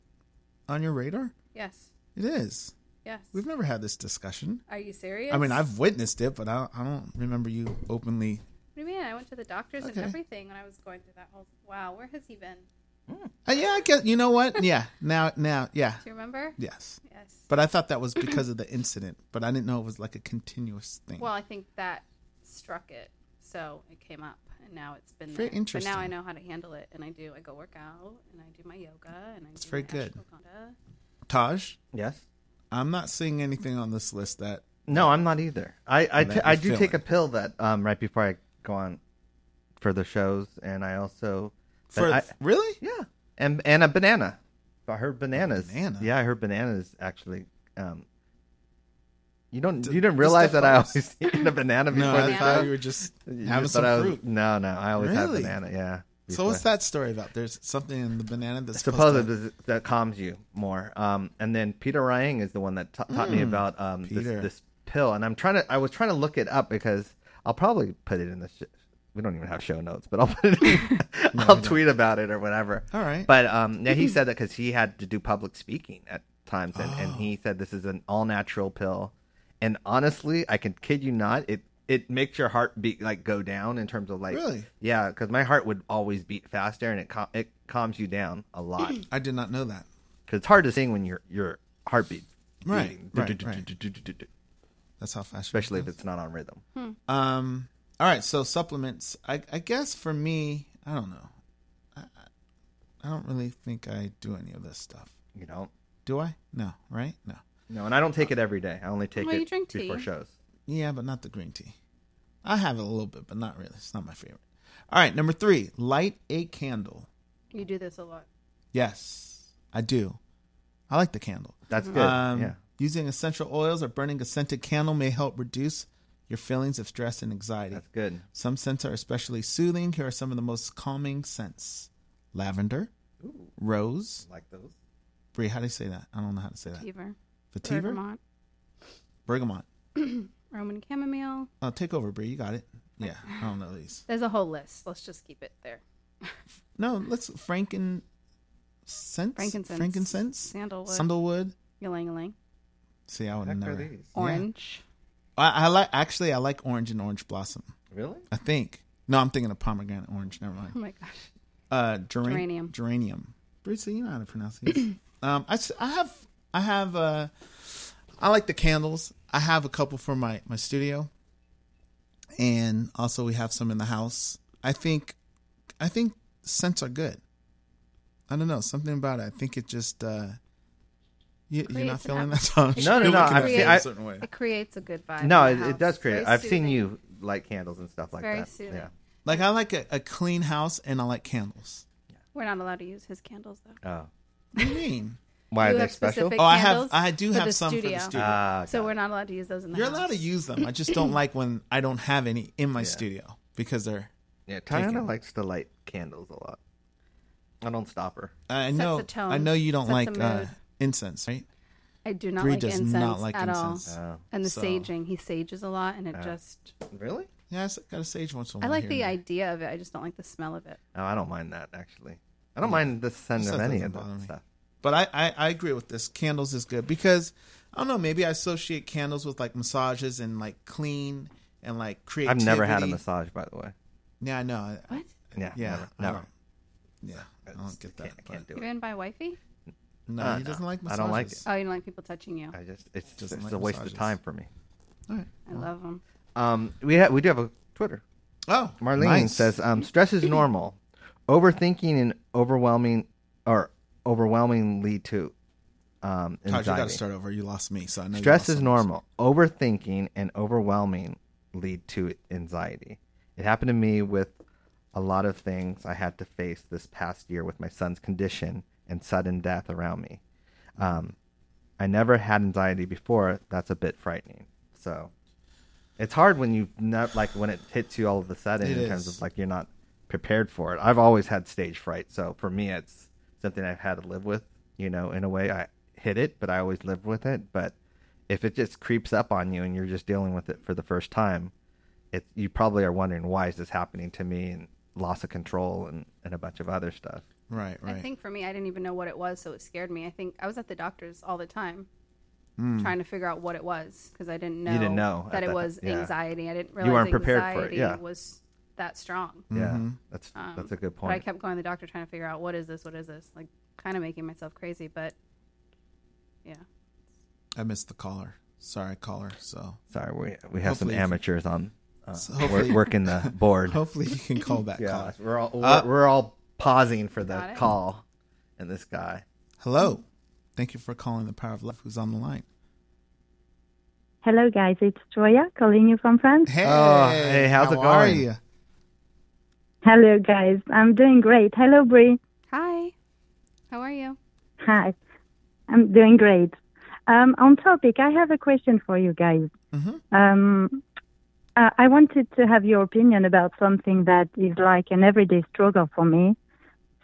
[SPEAKER 3] on your radar?
[SPEAKER 5] Yes,
[SPEAKER 3] It is.
[SPEAKER 5] yes.
[SPEAKER 3] We've never had this discussion.
[SPEAKER 5] Are you serious?
[SPEAKER 3] I mean, I've witnessed it, but I don't, I don't remember you openly
[SPEAKER 5] What do you mean? I went to the doctors
[SPEAKER 3] Okay.
[SPEAKER 5] and everything when I was going through that whole. Wow, where has he been?
[SPEAKER 3] Uh, yeah, I guess you know what? Yeah, now, now, yeah,
[SPEAKER 5] Do you remember?
[SPEAKER 3] yes.
[SPEAKER 5] Yes.
[SPEAKER 3] But I thought that was because of the incident, but I didn't know it was like a continuous thing.
[SPEAKER 5] Well, I think that struck it, so it came up, and now it's been
[SPEAKER 3] Very
[SPEAKER 5] there.
[SPEAKER 3] interesting.
[SPEAKER 5] But now I know how to handle it, and I do. I go work out, and I do my yoga, and I do
[SPEAKER 3] very
[SPEAKER 5] my
[SPEAKER 3] good.
[SPEAKER 5] ashwagandha.
[SPEAKER 3] Taj,
[SPEAKER 4] Yes.
[SPEAKER 3] I'm not seeing anything on this list that
[SPEAKER 4] No, I'm not either. I I,
[SPEAKER 3] Let
[SPEAKER 4] t-
[SPEAKER 3] me
[SPEAKER 4] I do
[SPEAKER 3] feel
[SPEAKER 4] take
[SPEAKER 3] it.
[SPEAKER 4] a pill that um right before I go on for the shows, and I also but
[SPEAKER 3] for
[SPEAKER 4] I,
[SPEAKER 3] really.
[SPEAKER 4] yeah, and and a banana. I heard bananas.
[SPEAKER 3] banana?
[SPEAKER 4] Yeah, I heard bananas actually. Um, you don't
[SPEAKER 3] D-
[SPEAKER 4] you didn't realize that I
[SPEAKER 3] justify us.
[SPEAKER 4] always (laughs) eat a banana before
[SPEAKER 3] (laughs) No, I
[SPEAKER 4] the show.
[SPEAKER 3] thought you were just
[SPEAKER 4] You
[SPEAKER 3] having
[SPEAKER 4] just
[SPEAKER 3] some
[SPEAKER 4] thought I was-
[SPEAKER 3] fruit.
[SPEAKER 4] No, no, I always have
[SPEAKER 3] Really?
[SPEAKER 4] banana. Yeah.
[SPEAKER 3] So what's
[SPEAKER 4] before.
[SPEAKER 3] that story about? There's something in the banana that's supposed to,
[SPEAKER 4] Supposedly that- that calms you more. Um, and then Peter Ryan is the one that ta- taught me about um this,
[SPEAKER 3] Hmm. Peter.
[SPEAKER 4] this pill, and I'm trying to. I was trying to look it up because I'll probably put it in the. Sh- we don't even have show notes, but I'll put
[SPEAKER 3] (laughs)
[SPEAKER 4] it. In, I'll tweet about it or whatever.
[SPEAKER 3] All right.
[SPEAKER 4] But um, yeah,
[SPEAKER 3] Mm-hmm.
[SPEAKER 4] he said that because he had to do public speaking at times, and, and
[SPEAKER 3] Oh.
[SPEAKER 4] he said this is an all natural pill, and honestly, I can kid you not, it it makes your heart beat like go down in terms of like
[SPEAKER 3] Really?
[SPEAKER 4] yeah, because my heart would always beat faster, and it cal- it calms you down a lot because
[SPEAKER 3] I did not know that.
[SPEAKER 4] it's hard to sing when your your heartbeat
[SPEAKER 3] Right,
[SPEAKER 4] beating.
[SPEAKER 3] right, right. That's how fast. you
[SPEAKER 4] especially if it's not on rhythm.
[SPEAKER 3] Um. All right. So supplements. I, I guess for me, I don't know. I, I don't really think I do any of this stuff.
[SPEAKER 4] You know,
[SPEAKER 3] Do I? No. Right? No.
[SPEAKER 4] no, and I don't take it every day. I only take
[SPEAKER 5] Well,
[SPEAKER 4] it
[SPEAKER 5] you drink tea.
[SPEAKER 4] before shows.
[SPEAKER 3] Yeah, but not the green tea. I have it a little bit, but not really. It's not my favorite. All right. Number three. Light a candle.
[SPEAKER 5] You do this a lot.
[SPEAKER 3] Yes, I do. I like the candle.
[SPEAKER 4] That's good.
[SPEAKER 3] Um,
[SPEAKER 4] yeah.
[SPEAKER 3] Using essential oils or burning a scented candle may help reduce your feelings of stress and anxiety.
[SPEAKER 4] That's good.
[SPEAKER 3] Some scents are especially soothing. Here are some of the most calming scents lavender, rose.
[SPEAKER 4] Like those.
[SPEAKER 3] Brie, how do you say that? I don't know how to say that.
[SPEAKER 5] Fever.
[SPEAKER 3] Vetiver?
[SPEAKER 5] Bergamot.
[SPEAKER 3] Bergamot.
[SPEAKER 5] Roman chamomile.
[SPEAKER 3] Oh, take over, Brie. You got it. Yeah, I don't know these.
[SPEAKER 5] There's a whole list. Let's just keep it there.
[SPEAKER 3] No, let's frankincense.
[SPEAKER 5] Frankincense.
[SPEAKER 3] Frankincense.
[SPEAKER 5] Sandalwood.
[SPEAKER 3] Sandalwood.
[SPEAKER 5] Ylang ylang.
[SPEAKER 3] See, I would
[SPEAKER 4] Heck are
[SPEAKER 3] never.
[SPEAKER 4] these?
[SPEAKER 5] Orange. (laughs)
[SPEAKER 3] I, I like actually. I like orange and orange blossom.
[SPEAKER 4] Really?
[SPEAKER 3] I think. No, I'm thinking of pomegranate orange. Never
[SPEAKER 5] Oh
[SPEAKER 3] mind.
[SPEAKER 5] my gosh.
[SPEAKER 3] Uh, geran-
[SPEAKER 5] Geranium.
[SPEAKER 3] Geranium. Brisa, you know how to pronounce these. (clears throat) um, I, s- I have, I have, uh, I like the candles. I have a couple for my my studio, and also we have some in the house. I think, I think scents are good. I don't know something about it. I think it just. Uh, you, you're not
[SPEAKER 5] Creates an
[SPEAKER 3] feeling
[SPEAKER 5] atm-
[SPEAKER 3] that song.
[SPEAKER 4] No, no, no, I've
[SPEAKER 5] seen- I-
[SPEAKER 3] a certain way.
[SPEAKER 5] It creates a good vibe.
[SPEAKER 4] No,
[SPEAKER 5] in
[SPEAKER 4] it,
[SPEAKER 5] the
[SPEAKER 4] it
[SPEAKER 5] house.
[SPEAKER 4] does
[SPEAKER 5] It's
[SPEAKER 4] create.
[SPEAKER 5] very
[SPEAKER 4] I've seen
[SPEAKER 5] soothing.
[SPEAKER 4] you light candles and stuff like
[SPEAKER 5] very
[SPEAKER 4] that.
[SPEAKER 5] soothing.
[SPEAKER 4] Yeah.
[SPEAKER 3] Like I like a, a clean house, and I like candles.
[SPEAKER 5] We're not allowed to use his candles though.
[SPEAKER 4] Oh,
[SPEAKER 3] What do you
[SPEAKER 5] (laughs)
[SPEAKER 3] mean?
[SPEAKER 4] why
[SPEAKER 5] You
[SPEAKER 4] are they
[SPEAKER 5] have
[SPEAKER 4] special?
[SPEAKER 5] specific
[SPEAKER 3] Oh, I have-
[SPEAKER 5] candles
[SPEAKER 3] I do
[SPEAKER 5] for
[SPEAKER 3] have
[SPEAKER 5] the
[SPEAKER 3] some for the
[SPEAKER 5] studio.
[SPEAKER 3] studio.
[SPEAKER 4] Ah,
[SPEAKER 5] So
[SPEAKER 4] got
[SPEAKER 5] we're not allowed to use those in the
[SPEAKER 3] You're
[SPEAKER 5] house.
[SPEAKER 3] allowed to use them. I just
[SPEAKER 5] (laughs)
[SPEAKER 3] don't like when I don't have any in my
[SPEAKER 4] Yeah.
[SPEAKER 3] studio because they're.
[SPEAKER 4] it. yeah. Tiana
[SPEAKER 3] taken.
[SPEAKER 4] likes to light candles a lot. I don't stop her.
[SPEAKER 3] I
[SPEAKER 5] Sets
[SPEAKER 3] know.
[SPEAKER 5] the tone,
[SPEAKER 3] I know you don't
[SPEAKER 5] sets the
[SPEAKER 3] like uh,
[SPEAKER 5] mood.
[SPEAKER 3] incense, right?
[SPEAKER 5] I do not
[SPEAKER 3] Bree
[SPEAKER 5] like
[SPEAKER 3] does
[SPEAKER 5] incense
[SPEAKER 3] not like
[SPEAKER 5] at
[SPEAKER 3] incense.
[SPEAKER 5] all.
[SPEAKER 4] Oh.
[SPEAKER 5] and the
[SPEAKER 3] So-
[SPEAKER 5] saging, he sages a lot, and it just
[SPEAKER 4] Really?
[SPEAKER 3] Yeah, I s- got a sage once in a
[SPEAKER 5] I
[SPEAKER 3] while.
[SPEAKER 5] like
[SPEAKER 3] here
[SPEAKER 5] the
[SPEAKER 3] and there.
[SPEAKER 5] idea of it. I just don't like the smell of it.
[SPEAKER 4] Oh, I don't mind that actually. I don't mind the scent
[SPEAKER 3] Stuff
[SPEAKER 4] of any
[SPEAKER 3] doesn't
[SPEAKER 4] of
[SPEAKER 3] bother
[SPEAKER 4] that
[SPEAKER 3] me.
[SPEAKER 4] stuff.
[SPEAKER 3] But I, I I agree with this. Candles is good because I don't know. Maybe I associate candles with like massages and like clean and like creativity.
[SPEAKER 4] I've never had a massage, by the way.
[SPEAKER 3] Yeah, I know. I-
[SPEAKER 5] What?
[SPEAKER 4] Yeah.
[SPEAKER 3] Yeah,
[SPEAKER 4] Never.
[SPEAKER 3] I
[SPEAKER 4] never.
[SPEAKER 3] don't- Yeah, I don't get that.
[SPEAKER 4] Can't,
[SPEAKER 3] but-
[SPEAKER 4] can't do
[SPEAKER 5] You're
[SPEAKER 4] it.
[SPEAKER 5] in by wifey?
[SPEAKER 3] No,
[SPEAKER 4] Uh,
[SPEAKER 3] he
[SPEAKER 4] no.
[SPEAKER 3] doesn't like
[SPEAKER 4] I
[SPEAKER 3] massages.
[SPEAKER 4] don't like
[SPEAKER 5] Oh, you don't like people touching you.
[SPEAKER 4] I just it's just
[SPEAKER 3] Doesn't
[SPEAKER 4] it's
[SPEAKER 3] like
[SPEAKER 4] a waste
[SPEAKER 3] massages.
[SPEAKER 4] of time for me.
[SPEAKER 3] All right.
[SPEAKER 5] I love them.
[SPEAKER 4] Um, we ha- we do have a Twitter.
[SPEAKER 3] Oh,
[SPEAKER 4] Marlene
[SPEAKER 3] nice.
[SPEAKER 4] says um, stress is normal. Overthinking and overwhelming or overwhelmingly to um,
[SPEAKER 3] Todd, you got to
[SPEAKER 4] anxiety.
[SPEAKER 3] start over. You lost me, so I know you
[SPEAKER 4] Stress
[SPEAKER 3] lost
[SPEAKER 4] is
[SPEAKER 3] some-
[SPEAKER 4] normal. Overthinking and overwhelming lead to anxiety. It happened to me with a lot of things I had to face this past year with my son's condition and sudden death around me. Um, I never had anxiety before. That's a bit frightening. So it's hard when you not like when it hits you all of a sudden
[SPEAKER 3] It
[SPEAKER 4] in terms
[SPEAKER 3] is.
[SPEAKER 4] of like you're not prepared for it. I've always had stage fright, so for me it's something I've had to live with, you know, in a way I hit it, but I always lived with it, but if it just creeps up on you and you're just dealing with it for the first time, it you probably are wondering why is this happening to me and loss of control and, and a bunch of other stuff.
[SPEAKER 3] Right, right.
[SPEAKER 5] I think for me, I didn't even know what it was, so it scared me. I think I was at the doctor's all the time, trying to figure out what it was because I didn't know.
[SPEAKER 4] Hmm. didn't know at
[SPEAKER 5] that it
[SPEAKER 4] that-
[SPEAKER 5] was
[SPEAKER 4] yeah.
[SPEAKER 5] anxiety. I didn't
[SPEAKER 4] You
[SPEAKER 5] realize
[SPEAKER 4] weren't prepared for it,
[SPEAKER 5] anxiety
[SPEAKER 4] yeah.
[SPEAKER 5] was that strong.
[SPEAKER 3] Mm-hmm.
[SPEAKER 4] Yeah, that's
[SPEAKER 5] Um,
[SPEAKER 4] that's a good
[SPEAKER 5] But I
[SPEAKER 4] point.
[SPEAKER 5] kept going to the doctor trying to figure out what is this, what is this, like kind of making myself crazy. But yeah,
[SPEAKER 3] I missed the caller. Sorry, caller. So
[SPEAKER 4] Sorry, we we have
[SPEAKER 3] Hopefully-
[SPEAKER 4] some amateurs on uh,
[SPEAKER 3] So
[SPEAKER 4] wor-
[SPEAKER 3] hopefully- (laughs)
[SPEAKER 4] working the board.
[SPEAKER 3] hopefully you can call that
[SPEAKER 4] (laughs) yeah,
[SPEAKER 3] caller.
[SPEAKER 4] we're all we're,
[SPEAKER 3] Uh,
[SPEAKER 4] we're all pausing for
[SPEAKER 5] Got
[SPEAKER 4] the
[SPEAKER 5] it.
[SPEAKER 4] call, and this guy.
[SPEAKER 3] Hello. Thank you for calling the Power of Love. Who's on the line?
[SPEAKER 6] Hello, guys. It's Joya calling you from France.
[SPEAKER 3] Hey,
[SPEAKER 4] Oh, hey, how's
[SPEAKER 3] how
[SPEAKER 4] it
[SPEAKER 3] Are
[SPEAKER 4] going?
[SPEAKER 3] you?
[SPEAKER 6] Hello, guys. I'm doing great. Hello, Brie.
[SPEAKER 5] hi, how are you?
[SPEAKER 6] Hi. I'm doing great. Um, on topic, I have a question for you guys. Um, uh, I wanted to have your opinion about something that is like an everyday struggle for me.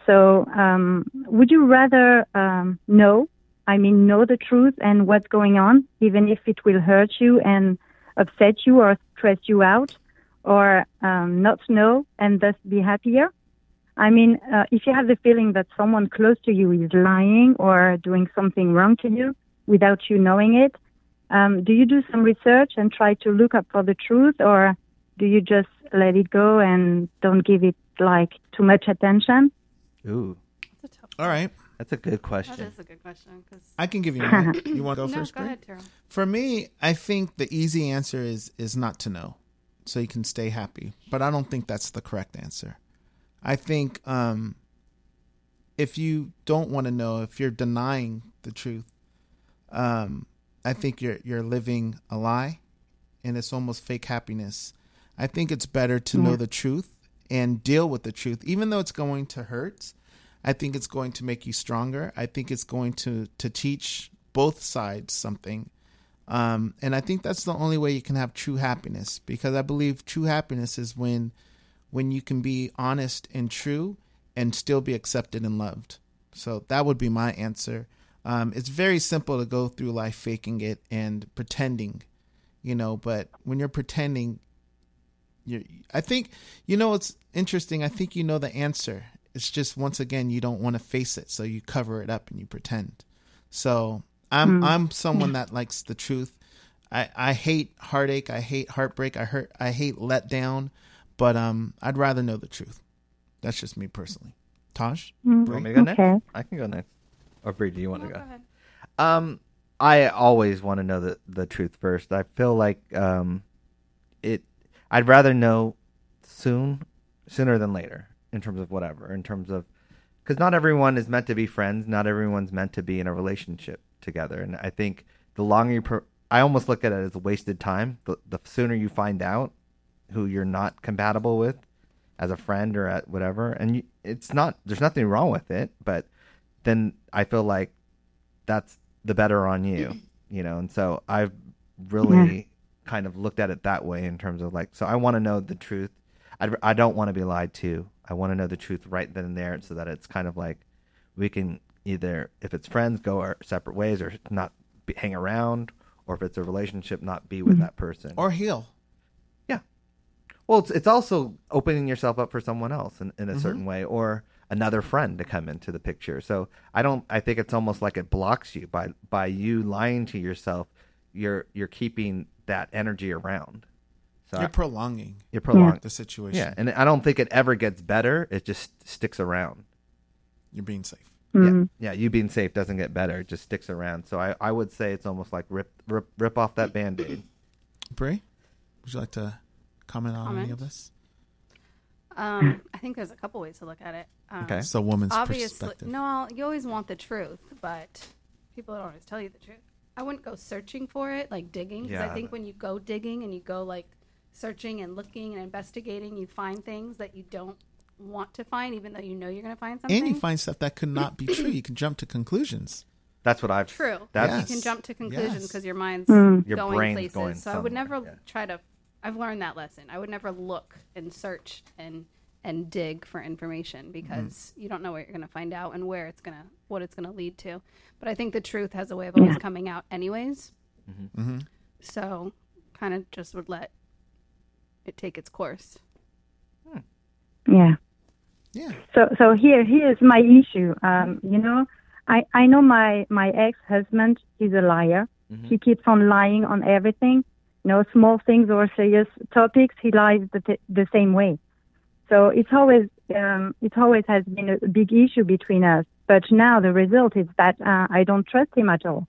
[SPEAKER 6] So, um, would you rather um, know, I mean, know the truth and what's going on, even if it will hurt you and upset you or stress you out, or um, not know and thus be happier? I mean, uh, if you have the feeling that someone close to you is lying or doing something wrong to you without you knowing it, um, do you do some research and try to look up for the truth, or do you just let it go and don't give it like too much attention?
[SPEAKER 4] Ooh,
[SPEAKER 5] That's a tough.
[SPEAKER 3] All right.
[SPEAKER 4] that's a good
[SPEAKER 5] That
[SPEAKER 4] question.
[SPEAKER 5] is a good question because
[SPEAKER 3] I can give you
[SPEAKER 5] (laughs)
[SPEAKER 3] mine. You want to go
[SPEAKER 5] no,
[SPEAKER 3] first?
[SPEAKER 5] go
[SPEAKER 3] Brie?
[SPEAKER 5] ahead, Terrell.
[SPEAKER 3] For me, I think the easy answer is is not to know, so you can stay happy. But I don't think that's the correct answer. I think um, if you don't want to know, if you're denying the truth, um, I think you're you're living a lie, and it's almost fake happiness. I think it's better to know the truth and deal with the truth, even though it's going to hurt. I think it's going to make you stronger. I think it's going to to teach both sides something. Um, and I think that's the only way you can have true happiness because I believe true happiness is when when you can be honest and true and still be accepted and loved. So that would be my answer. Um, it's very simple to go through life faking it and pretending, you know, but when you're pretending, you're, I think, you know, it's interesting. I think you know the answer. It's just, once again, you don't want to face it. So you cover it up and you pretend. So I'm, I'm someone that likes the truth. I, I hate heartache. I hate heartbreak. I hurt. I hate letdown. But um, I'd rather know the truth. That's just me personally. Taj,
[SPEAKER 4] You want me to go
[SPEAKER 6] Okay.
[SPEAKER 4] next? I can go next. Or Bree, do you want
[SPEAKER 5] No,
[SPEAKER 4] to
[SPEAKER 5] go
[SPEAKER 4] go?
[SPEAKER 5] ahead.
[SPEAKER 4] Um, I always want to know the the truth first. I feel like um, it. I'd rather know soon, sooner than later, in terms of whatever, in terms of because not everyone is meant to be friends. Not everyone's meant to be in a relationship together. And I think the longer you, pro- I almost look at it as wasted time. The, the sooner you find out who you're not compatible with as a friend or at whatever, and you, it's not. There's nothing wrong with it, but then I feel like that's the better on you, you know. And so I've really kind of looked at it that way in terms of like, so I want to know the truth. I I don't want to be lied to. I want to know the truth right then and there, so that it's kind of like we can either, if it's friends, go our separate ways, or not be, hang around, or if it's a relationship, not be with that person.
[SPEAKER 3] or heal.
[SPEAKER 4] Yeah. Well, it's it's also opening yourself up for someone else in,
[SPEAKER 3] Mm-hmm.
[SPEAKER 4] in a certain way or another friend to come into the picture. So I don't I think it's almost like it blocks you by by you lying to yourself, you're you're keeping that energy around. So
[SPEAKER 3] You're
[SPEAKER 4] you're,
[SPEAKER 3] prolonging
[SPEAKER 4] you're prolonged.
[SPEAKER 3] the situation.
[SPEAKER 4] Yeah, and I don't think it ever gets better. It just sticks around.
[SPEAKER 3] You're being safe. Mm-hmm.
[SPEAKER 4] Yeah, yeah. You being safe doesn't get better; it just sticks around. So I, I would say it's almost like rip rip rip off that band aid.
[SPEAKER 3] Brie, would you like to comment on any
[SPEAKER 5] Comment?
[SPEAKER 3] of this?
[SPEAKER 5] Um, I think there's a couple ways to look at it. Um,
[SPEAKER 4] Okay.
[SPEAKER 3] It's a woman's
[SPEAKER 5] obviously
[SPEAKER 3] perspective.
[SPEAKER 5] no you always want the truth but people don't always tell you the truth i wouldn't go searching for it like digging because
[SPEAKER 4] Yeah.
[SPEAKER 5] i think when you go digging and you go like searching and looking and investigating you find things that you don't want to find even though you know you're going to find something
[SPEAKER 3] And you find stuff that could not be true. You can jump to conclusions.
[SPEAKER 4] That's what I've
[SPEAKER 5] true
[SPEAKER 4] That's
[SPEAKER 5] you can
[SPEAKER 3] Yes.
[SPEAKER 5] jump to conclusions
[SPEAKER 3] Yes.
[SPEAKER 5] because your mind's
[SPEAKER 4] Your
[SPEAKER 5] going
[SPEAKER 4] brain's
[SPEAKER 5] places
[SPEAKER 4] going
[SPEAKER 5] so i would
[SPEAKER 4] somewhere,
[SPEAKER 5] never
[SPEAKER 4] yeah.
[SPEAKER 5] try to i've learned that lesson i would never look and search and and dig for information
[SPEAKER 4] Mm-hmm.
[SPEAKER 5] because you don't know what you're going to find out and where it's going to what it's going to lead to but i think the truth has a way of always coming out anyways
[SPEAKER 4] Mm-hmm.
[SPEAKER 5] so kind of just would let it take its course
[SPEAKER 6] Yeah.
[SPEAKER 3] Yeah.
[SPEAKER 6] So, so here, here's my issue. Um, you know, I, I know my, my ex-husband is a liar. He keeps on lying on everything. You know, small things or serious topics, he lies the, t- the same way. So it's always um, it always has been a big issue between us. But now the result is that uh, I don't trust him at all.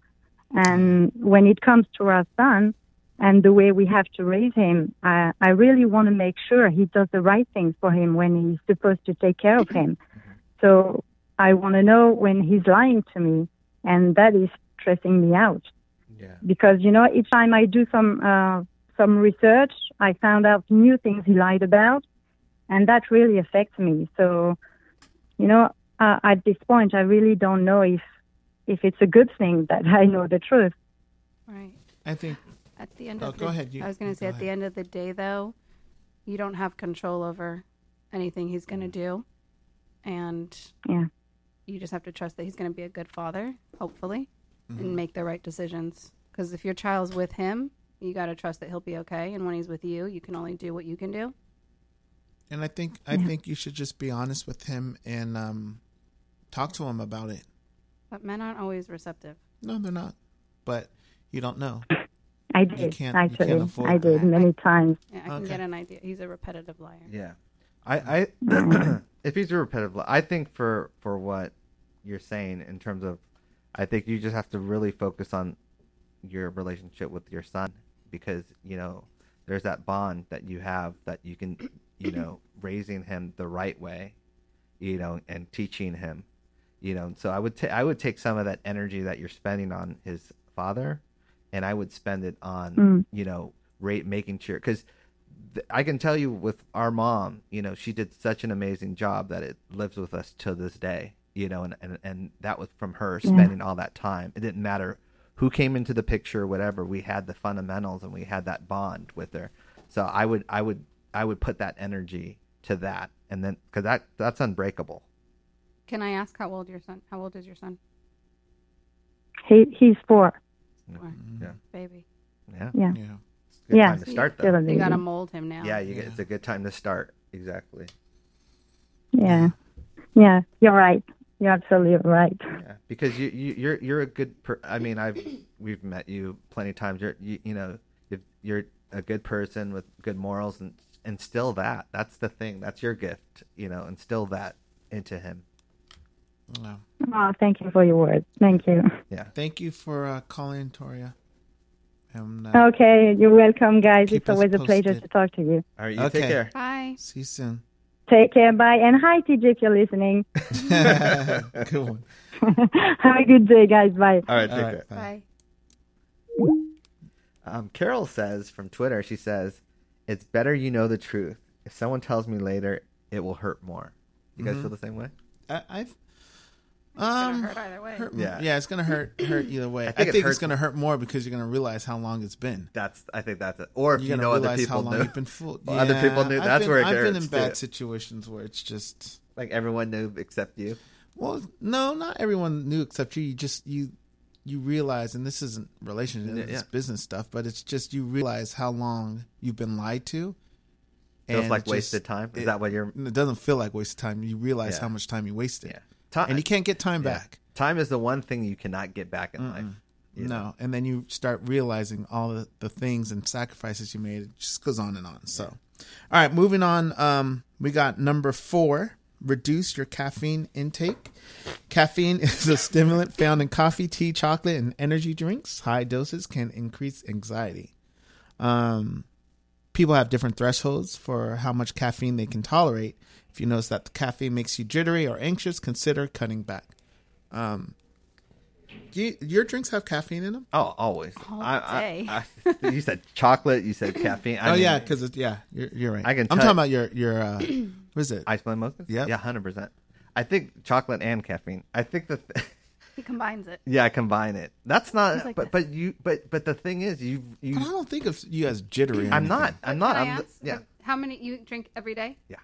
[SPEAKER 6] And when it comes to our son and the way we have to raise him, I, I really want to make sure he does the right things for him when he's supposed to take care of him. So I want to know when he's lying to me, and that is stressing me out
[SPEAKER 4] Yeah.
[SPEAKER 6] because you know each time I do some uh, some research, I found out new things he lied about, and that really affects me. So, you know, uh, at this point, I really don't know if if it's a good thing that I know the truth.
[SPEAKER 5] Right.
[SPEAKER 3] I think
[SPEAKER 5] At the end
[SPEAKER 3] Oh,
[SPEAKER 5] of
[SPEAKER 3] go
[SPEAKER 5] the,
[SPEAKER 3] ahead, you-
[SPEAKER 5] I was going
[SPEAKER 3] you
[SPEAKER 5] to say
[SPEAKER 3] go
[SPEAKER 5] at the end of the day though, you don't have control over anything he's
[SPEAKER 3] Mm.
[SPEAKER 5] going to do and
[SPEAKER 6] Yeah.
[SPEAKER 5] you just have to trust that he's going to be a good father, hopefully,
[SPEAKER 3] Mm-hmm.
[SPEAKER 5] and make the right decisions because if your child's with him, you got to trust that he'll be okay and when he's with you, you can only do what you can do.
[SPEAKER 3] And I think I think you should just be honest with him and um, talk to him about it.
[SPEAKER 5] But men aren't always receptive.
[SPEAKER 3] No, they're not. But you don't know.
[SPEAKER 6] I did
[SPEAKER 3] can't- you
[SPEAKER 6] actually.
[SPEAKER 3] can't afford
[SPEAKER 6] I did
[SPEAKER 3] that.
[SPEAKER 6] many times.
[SPEAKER 5] Yeah, I can
[SPEAKER 3] Okay.
[SPEAKER 5] get an idea. He's a repetitive liar.
[SPEAKER 4] Yeah, I, I (clears throat) if he's a repetitive, li- I think for for what you're saying in terms of, I think you just have to really focus on your relationship with your son because you know there's that bond that you have that you can you know raising him the right way, you know, and teaching him, you know. So I would ta- I would take some of that energy that you're spending on his father, and I would spend it on you know rate making sure because th- I can tell you with our mom, you know, she did such an amazing job that it lives with us to this day, you know, and, and, and that was from her spending all that time. It didn't matter who came into the picture, whatever. We had the fundamentals and we had that bond with her. So I would, I would, I would put that energy to that. And then, cause that, that's unbreakable.
[SPEAKER 5] Can I ask how old your son? How old is your son?
[SPEAKER 6] He he's four.
[SPEAKER 5] Or
[SPEAKER 3] Mm-hmm.
[SPEAKER 4] Yeah.
[SPEAKER 5] baby.
[SPEAKER 4] Yeah.
[SPEAKER 6] Yeah.
[SPEAKER 3] Yeah.
[SPEAKER 4] It's a good
[SPEAKER 6] yeah.
[SPEAKER 4] time to start
[SPEAKER 6] Still a
[SPEAKER 4] though.
[SPEAKER 5] You got to
[SPEAKER 6] baby.
[SPEAKER 5] mold him now.
[SPEAKER 4] Yeah. You, get It's a good time to start. Exactly.
[SPEAKER 6] Yeah. Yeah. You're right. You're absolutely right.
[SPEAKER 4] Yeah, because you, you you're you're a good. Per- I mean, I've we've met you plenty of times. You're you, you know you've, you're a good person with good morals and instill that. That's the thing. That's your gift. You know, instill that into him.
[SPEAKER 3] Wow.
[SPEAKER 6] Oh, thank you for your words. Thank you.
[SPEAKER 3] Uh,
[SPEAKER 4] Yeah.
[SPEAKER 3] Thank you for uh, calling, Toria. And, uh,
[SPEAKER 6] Okay, you're welcome, guys.
[SPEAKER 3] Keep
[SPEAKER 6] it's always
[SPEAKER 3] us
[SPEAKER 6] a pleasure
[SPEAKER 3] posted.
[SPEAKER 6] to talk to you.
[SPEAKER 4] All right. You
[SPEAKER 3] Okay.
[SPEAKER 4] take care.
[SPEAKER 5] Bye.
[SPEAKER 3] See you
[SPEAKER 4] (laughs)
[SPEAKER 3] soon.
[SPEAKER 6] Take care. Bye. And hi, TJ, if you're listening. (laughs)
[SPEAKER 3] Good one.
[SPEAKER 6] Have a good day, guys. Bye.
[SPEAKER 4] All right. Take
[SPEAKER 3] All
[SPEAKER 4] care.
[SPEAKER 3] right. Bye.
[SPEAKER 5] Bye.
[SPEAKER 4] Um, Carol says from Twitter. She says, "It's better you know the truth. If someone tells me later, it will hurt more." You guys feel the same way?
[SPEAKER 3] I, I've.
[SPEAKER 5] Gonna
[SPEAKER 3] Um,
[SPEAKER 5] hurt either way.
[SPEAKER 3] hurt-
[SPEAKER 4] Yeah.
[SPEAKER 3] yeah. it's gonna hurt hurt either way. I
[SPEAKER 4] think
[SPEAKER 3] think,
[SPEAKER 4] it
[SPEAKER 3] it's
[SPEAKER 4] hurts-
[SPEAKER 3] gonna hurt more because you're gonna realize how long it's been.
[SPEAKER 4] That's. I think that's it. Or if
[SPEAKER 3] You're
[SPEAKER 4] you
[SPEAKER 3] gonna
[SPEAKER 4] know other
[SPEAKER 3] realize
[SPEAKER 4] people
[SPEAKER 3] how long
[SPEAKER 4] knew,
[SPEAKER 3] you've been fooled.
[SPEAKER 4] Well, other people knew.
[SPEAKER 3] I've
[SPEAKER 4] That's
[SPEAKER 3] been-
[SPEAKER 4] where it
[SPEAKER 3] I've been
[SPEAKER 4] hurts,
[SPEAKER 3] in bad
[SPEAKER 4] too.
[SPEAKER 3] situations where it's just
[SPEAKER 4] like everyone knew except you.
[SPEAKER 3] Well, no, not everyone knew except you. You just you you realize, and this isn't relationship,
[SPEAKER 4] Yeah,
[SPEAKER 3] it's
[SPEAKER 4] yeah.
[SPEAKER 3] business stuff, but it's just you realize how long you've been lied to.
[SPEAKER 4] Feels
[SPEAKER 3] and
[SPEAKER 4] like
[SPEAKER 3] it just-
[SPEAKER 4] wasted time. Is that what you're?
[SPEAKER 3] It doesn't feel like wasted time. You realize
[SPEAKER 4] Yeah.
[SPEAKER 3] how much time you wasted,
[SPEAKER 4] Yeah. Time.
[SPEAKER 3] and you can't get time back.
[SPEAKER 4] Time is the one thing you cannot get back in life. you know?
[SPEAKER 3] No, and then you start realizing all the, the things and sacrifices you made. It just goes on and on. So, all right, moving on. Um, we got number four: reduce your caffeine intake. Caffeine (laughs) is a stimulant found in coffee, tea, chocolate, and energy drinks. High doses can increase anxiety. Um, people have different thresholds for how much caffeine they can tolerate. If you notice that the caffeine makes you jittery or anxious, consider cutting back. Um, do you, your drinks have caffeine in them?
[SPEAKER 4] Oh, always.
[SPEAKER 5] All
[SPEAKER 4] I-
[SPEAKER 5] day.
[SPEAKER 4] I,
[SPEAKER 5] (laughs)
[SPEAKER 4] I, you said chocolate. You said caffeine. I
[SPEAKER 3] oh
[SPEAKER 4] mean,
[SPEAKER 3] yeah, 'cause yeah, because yeah, you're, you're right.
[SPEAKER 4] I can
[SPEAKER 3] I'm
[SPEAKER 4] tell-
[SPEAKER 3] talking about your your
[SPEAKER 4] (clears throat)
[SPEAKER 3] uh, what is it?
[SPEAKER 4] ice blend mocha.
[SPEAKER 3] Yep.
[SPEAKER 4] yeah, hundred percent. I think chocolate and caffeine. I think the th- (laughs)
[SPEAKER 5] He combines it.
[SPEAKER 4] yeah, combine it. That's not.
[SPEAKER 5] He's like
[SPEAKER 4] but but you but but the thing is, you you.
[SPEAKER 3] But I don't think of you as jittery. or
[SPEAKER 4] I'm not.
[SPEAKER 3] anything.
[SPEAKER 4] I'm not.
[SPEAKER 5] Can I
[SPEAKER 4] I'm the-
[SPEAKER 5] ask,
[SPEAKER 4] yeah,
[SPEAKER 5] How many you drink every day?
[SPEAKER 4] Yeah.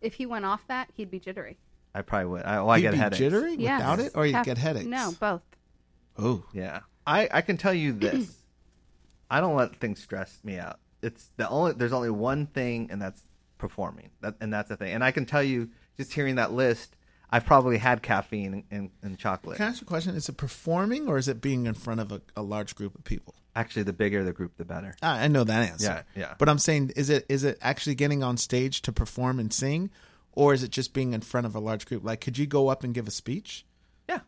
[SPEAKER 5] If he went off that, he'd be jittery.
[SPEAKER 4] I probably would. I, well, I
[SPEAKER 3] You'd
[SPEAKER 4] get
[SPEAKER 3] be
[SPEAKER 4] headaches.
[SPEAKER 3] jittery
[SPEAKER 5] Yes.
[SPEAKER 3] without it, or you
[SPEAKER 5] Caf-
[SPEAKER 3] get headaches.
[SPEAKER 5] No, both.
[SPEAKER 3] Oh,
[SPEAKER 4] Yeah. I, I can tell you this. (clears throat) I don't let things stress me out. It's the only there's only one thing and that's performing. That and that's the thing. And I can tell you just hearing that list, I've probably had caffeine and, and, and chocolate.
[SPEAKER 3] can I ask you a question? Is it performing or is it being in front of a, a large group of people? Ah,
[SPEAKER 4] Actually, the bigger the group, the better.
[SPEAKER 3] I I know that answer.
[SPEAKER 4] Yeah, yeah.
[SPEAKER 3] But I'm saying, is it is it actually getting on stage to perform and sing, or is it just being in front of a large group? Like, could you go up and give a speech?
[SPEAKER 4] Yeah,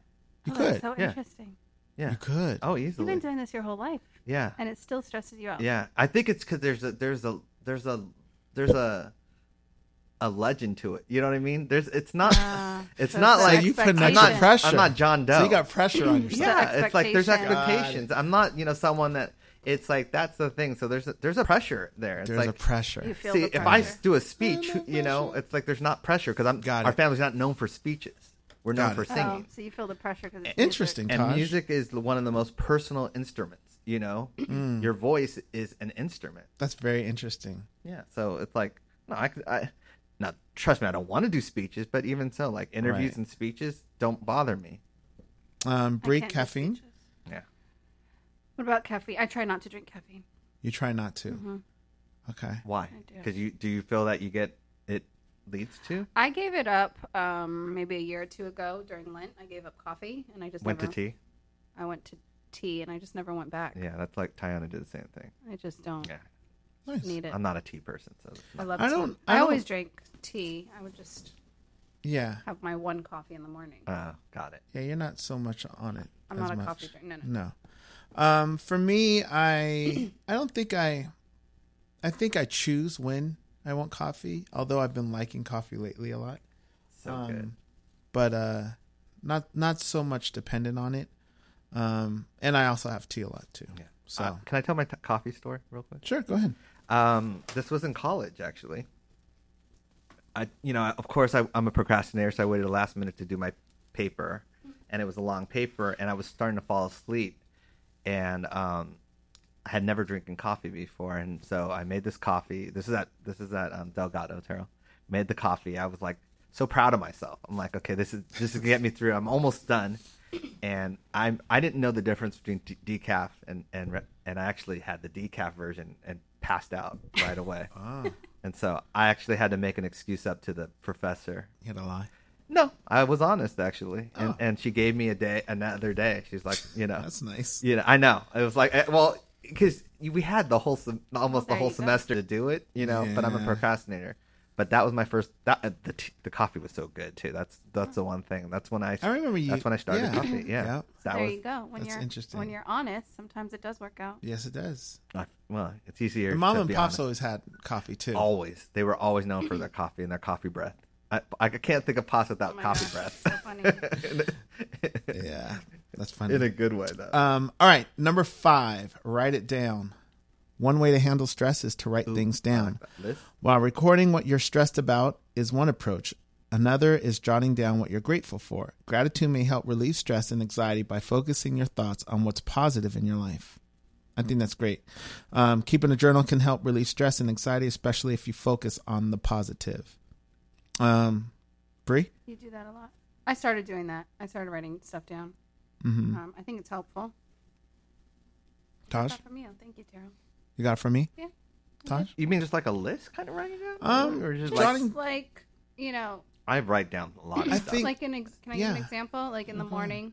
[SPEAKER 3] You
[SPEAKER 5] Oh,
[SPEAKER 3] could.
[SPEAKER 5] that's so
[SPEAKER 4] yeah.
[SPEAKER 5] interesting.
[SPEAKER 4] yeah.
[SPEAKER 3] You could.
[SPEAKER 4] Oh,
[SPEAKER 5] You've
[SPEAKER 4] easily.
[SPEAKER 5] been doing this your whole life,
[SPEAKER 4] yeah,
[SPEAKER 5] and it still stresses you out.
[SPEAKER 4] yeah. I think it's because there's a there's a there's a there's a a legend to it. You know what I mean? There's it's not
[SPEAKER 5] Ah,
[SPEAKER 4] (laughs) it's
[SPEAKER 5] so
[SPEAKER 4] not
[SPEAKER 5] it's
[SPEAKER 4] like
[SPEAKER 5] an
[SPEAKER 3] you put an
[SPEAKER 5] expectation.
[SPEAKER 4] I'm
[SPEAKER 3] extra
[SPEAKER 4] not
[SPEAKER 3] pressure.
[SPEAKER 4] I'm not John Doe.
[SPEAKER 3] So you got pressure on yourself.
[SPEAKER 5] Yeah.
[SPEAKER 4] yeah, it's like there's
[SPEAKER 5] expectation.
[SPEAKER 4] expectations. I'm not, you know, someone that it's like that's the thing. So there's a, there's a pressure there. It's
[SPEAKER 3] There's
[SPEAKER 4] like
[SPEAKER 3] a pressure.
[SPEAKER 5] You feel
[SPEAKER 4] see
[SPEAKER 5] the
[SPEAKER 4] if I
[SPEAKER 5] pressure.
[SPEAKER 4] do a speech, you know, it's like there's not pressure because I'm
[SPEAKER 3] Got
[SPEAKER 4] our
[SPEAKER 3] it.
[SPEAKER 4] family's not known for speeches. We're known
[SPEAKER 3] Got
[SPEAKER 4] for
[SPEAKER 3] it.
[SPEAKER 5] Oh,
[SPEAKER 4] singing,
[SPEAKER 5] so you feel the pressure because it's music.
[SPEAKER 3] Interesting.
[SPEAKER 4] and
[SPEAKER 3] Kaj.
[SPEAKER 4] music is the- one of the most personal instruments. You know,
[SPEAKER 3] Mm.
[SPEAKER 4] your voice is an instrument.
[SPEAKER 3] That's very interesting.
[SPEAKER 4] Yeah, so it's like no, I, could- I now trust me, I don't want to do speeches, but even so, like interviews
[SPEAKER 3] Right.
[SPEAKER 4] and speeches don't bother me.
[SPEAKER 3] Um,
[SPEAKER 5] I
[SPEAKER 3] break
[SPEAKER 5] can't do
[SPEAKER 3] caffeine.
[SPEAKER 5] speeches.
[SPEAKER 4] Yeah,
[SPEAKER 5] What about caffeine? I try not to drink caffeine.
[SPEAKER 3] You try not to.
[SPEAKER 5] Mm-hmm.
[SPEAKER 3] Okay.
[SPEAKER 4] why?
[SPEAKER 5] do.
[SPEAKER 4] Because you do you feel that you get it leads to
[SPEAKER 5] I gave it up um, maybe a year or two ago during Lent. I gave up coffee, and I just
[SPEAKER 4] went to
[SPEAKER 5] never-
[SPEAKER 4] tea.
[SPEAKER 5] I went to tea, and I just never went back.
[SPEAKER 4] Yeah, that's like Tiana did the same thing.
[SPEAKER 5] I just don't
[SPEAKER 4] Yeah,
[SPEAKER 3] Nice.
[SPEAKER 5] need it.
[SPEAKER 4] I'm not a tea person, so it's
[SPEAKER 5] I
[SPEAKER 4] not-
[SPEAKER 5] love.
[SPEAKER 3] I
[SPEAKER 5] tea.
[SPEAKER 3] don't- I
[SPEAKER 5] I, always
[SPEAKER 3] don't-
[SPEAKER 5] drink tea. I would just
[SPEAKER 3] Yeah.
[SPEAKER 5] have my one coffee in the morning.
[SPEAKER 4] uh, got it.
[SPEAKER 3] Yeah, you're not so much on it.
[SPEAKER 5] I'm
[SPEAKER 3] as
[SPEAKER 5] not a
[SPEAKER 3] much.
[SPEAKER 5] coffee drinker. No, no.
[SPEAKER 3] No. Um, for me, I I don't think I I think I choose when I want coffee, although I've been liking coffee lately a lot.
[SPEAKER 4] So good.
[SPEAKER 3] But uh not not so much dependent on it. Um and I also have tea a lot too.
[SPEAKER 4] Yeah.
[SPEAKER 3] So
[SPEAKER 4] Uh, can I tell my t- coffee story real quick?
[SPEAKER 3] sure, go ahead.
[SPEAKER 4] Um, this was in college, actually. I, you know, of course, I, I'm a procrastinator, so I waited the last minute to do my paper, and it was a long paper, and I was starting to fall asleep, and um, I had never drinking coffee before, and so I made this coffee. This is at this is at um, Delgado Terrell. Made the coffee. I was like so proud of myself. I'm like, okay, this is this is gonna get me through. I'm almost done, and I'm I didn't know the difference between de- decaf and and re- and I actually had the decaf version and passed out right away. And so I actually had to make an excuse up to the professor.
[SPEAKER 3] You gotta lie.
[SPEAKER 4] No, I was honest actually, and and she gave me a day another day. She's like, you know,
[SPEAKER 3] That's nice.
[SPEAKER 4] you know, I know. It was like, eh, well, because we had the whole sem- almost the
[SPEAKER 5] There
[SPEAKER 4] whole
[SPEAKER 5] you go.
[SPEAKER 4] semester to do it, you know. But I'm a
[SPEAKER 3] Yeah.
[SPEAKER 4] procrastinator. But that was my first. That uh, the t- the coffee was so good too. That's that's the one thing. That's when I.
[SPEAKER 3] I remember you-
[SPEAKER 4] That's when I started
[SPEAKER 3] yeah.
[SPEAKER 4] coffee. Yeah.
[SPEAKER 3] Yeah.
[SPEAKER 4] That
[SPEAKER 5] there
[SPEAKER 4] was.
[SPEAKER 5] you go. When
[SPEAKER 3] that's
[SPEAKER 5] you're
[SPEAKER 3] interesting.
[SPEAKER 5] when you're honest, sometimes it does work out.
[SPEAKER 3] Yes it does.
[SPEAKER 4] I- well, it's easier.
[SPEAKER 3] Your mom
[SPEAKER 4] to
[SPEAKER 3] and
[SPEAKER 4] be
[SPEAKER 3] pops
[SPEAKER 4] honest.
[SPEAKER 3] always had coffee too.
[SPEAKER 4] always they were always known
[SPEAKER 5] (laughs)
[SPEAKER 4] for their coffee and their coffee breath. I, I can't think of pasta without
[SPEAKER 5] Oh
[SPEAKER 4] (laughs)
[SPEAKER 5] my
[SPEAKER 4] coffee
[SPEAKER 5] gosh,
[SPEAKER 4] breath.
[SPEAKER 5] that's
[SPEAKER 4] (laughs)
[SPEAKER 5] So funny.
[SPEAKER 3] Yeah. That's funny.
[SPEAKER 4] In a good way though.
[SPEAKER 3] Um, all right, number five, write it down. One way to handle stress is to write things down.
[SPEAKER 4] Liz?
[SPEAKER 3] While recording what you're stressed about is one approach, another is jotting down what you're grateful for. Gratitude may help relieve stress and anxiety by focusing your thoughts on what's positive in your life. I think that's great. Um, keeping a journal can help relieve stress and anxiety, especially if you focus on the positive. Um, Bree,
[SPEAKER 5] You do that a lot. I started doing that. I started writing stuff down.
[SPEAKER 4] Mm-hmm.
[SPEAKER 5] Um, I think it's helpful.
[SPEAKER 3] Taj,
[SPEAKER 5] Not from you. Thank you, Daryl.
[SPEAKER 3] you got it from me.
[SPEAKER 5] Uh-huh. Yeah.
[SPEAKER 3] Taj,
[SPEAKER 4] You mean just like a list kind of writing down?
[SPEAKER 3] Um,
[SPEAKER 4] or just like
[SPEAKER 3] jotting-
[SPEAKER 5] Just like you know,
[SPEAKER 4] I Mm-hmm. write down a lot of
[SPEAKER 3] I
[SPEAKER 4] stuff.
[SPEAKER 3] think-
[SPEAKER 5] like an ex- can I give
[SPEAKER 3] yeah.
[SPEAKER 5] an example? Like in the morning,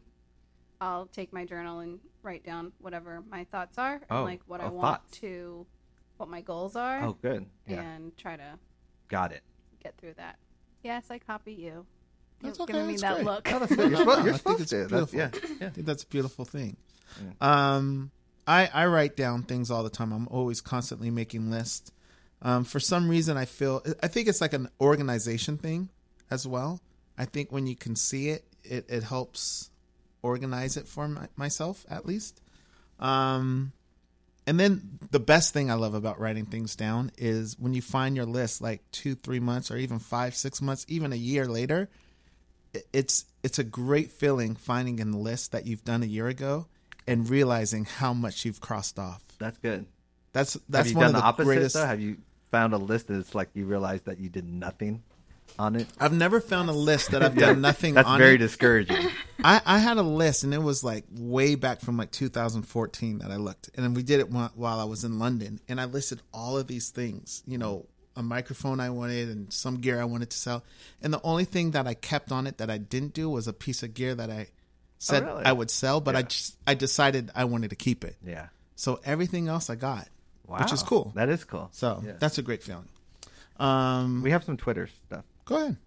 [SPEAKER 5] I'll take my journal and write down whatever my thoughts are
[SPEAKER 4] Oh,
[SPEAKER 5] and like what I
[SPEAKER 4] oh,
[SPEAKER 5] want
[SPEAKER 4] thoughts.
[SPEAKER 5] to, what my goals are,
[SPEAKER 4] Oh, good. Yeah,
[SPEAKER 5] and try to
[SPEAKER 4] got it.
[SPEAKER 5] get through that. Yes, I copy you.
[SPEAKER 3] That's
[SPEAKER 5] You're giving
[SPEAKER 3] okay,
[SPEAKER 5] me
[SPEAKER 3] that's
[SPEAKER 5] that
[SPEAKER 3] great.
[SPEAKER 5] look.
[SPEAKER 4] (laughs) You're supposed,
[SPEAKER 3] I
[SPEAKER 4] you're
[SPEAKER 3] think
[SPEAKER 4] supposed
[SPEAKER 3] it's
[SPEAKER 4] to. That's, yeah,
[SPEAKER 3] beautiful.
[SPEAKER 4] yeah.
[SPEAKER 3] I think that's a beautiful thing. Um, I I write down things all the time. I'm always constantly making lists. Um, for some reason, I feel I think it's like an organization thing as well. I think when you can see it, it, it helps organize it for my, myself at least. Um, and then the best thing I love about writing things down is when you find your list like two, three months, or even five, six months, even a year later it's it's a great feeling finding in the list that you've done a year ago and realizing how much you've crossed off.
[SPEAKER 4] That's good.
[SPEAKER 3] That's
[SPEAKER 4] Have
[SPEAKER 3] that's
[SPEAKER 4] you
[SPEAKER 3] one of
[SPEAKER 4] done the,
[SPEAKER 3] the,
[SPEAKER 4] opposite
[SPEAKER 3] greatest.
[SPEAKER 4] though? Have you found a list that it's like you realize that you did nothing on it?
[SPEAKER 3] I've never found a list that I've done nothing
[SPEAKER 4] That's
[SPEAKER 3] on
[SPEAKER 4] very
[SPEAKER 3] it. (laughs)
[SPEAKER 4] discouraging.
[SPEAKER 3] I, I had a list and it was like way back from like 2014 that I looked and we did it while, while I was in London and I listed all of these things, you know, a microphone I wanted and some gear I wanted to sell. And the only thing that I kept on it that I didn't do was a piece of gear that I said
[SPEAKER 4] Oh, really?
[SPEAKER 3] I would sell, but I just, I decided I wanted to keep it.
[SPEAKER 4] yeah.
[SPEAKER 3] So everything else I got,
[SPEAKER 4] Wow.
[SPEAKER 3] which is cool.
[SPEAKER 4] That is cool.
[SPEAKER 3] so
[SPEAKER 4] Yeah.
[SPEAKER 3] that's a great feeling. Um,
[SPEAKER 4] we have some Twitter stuff.
[SPEAKER 3] go ahead.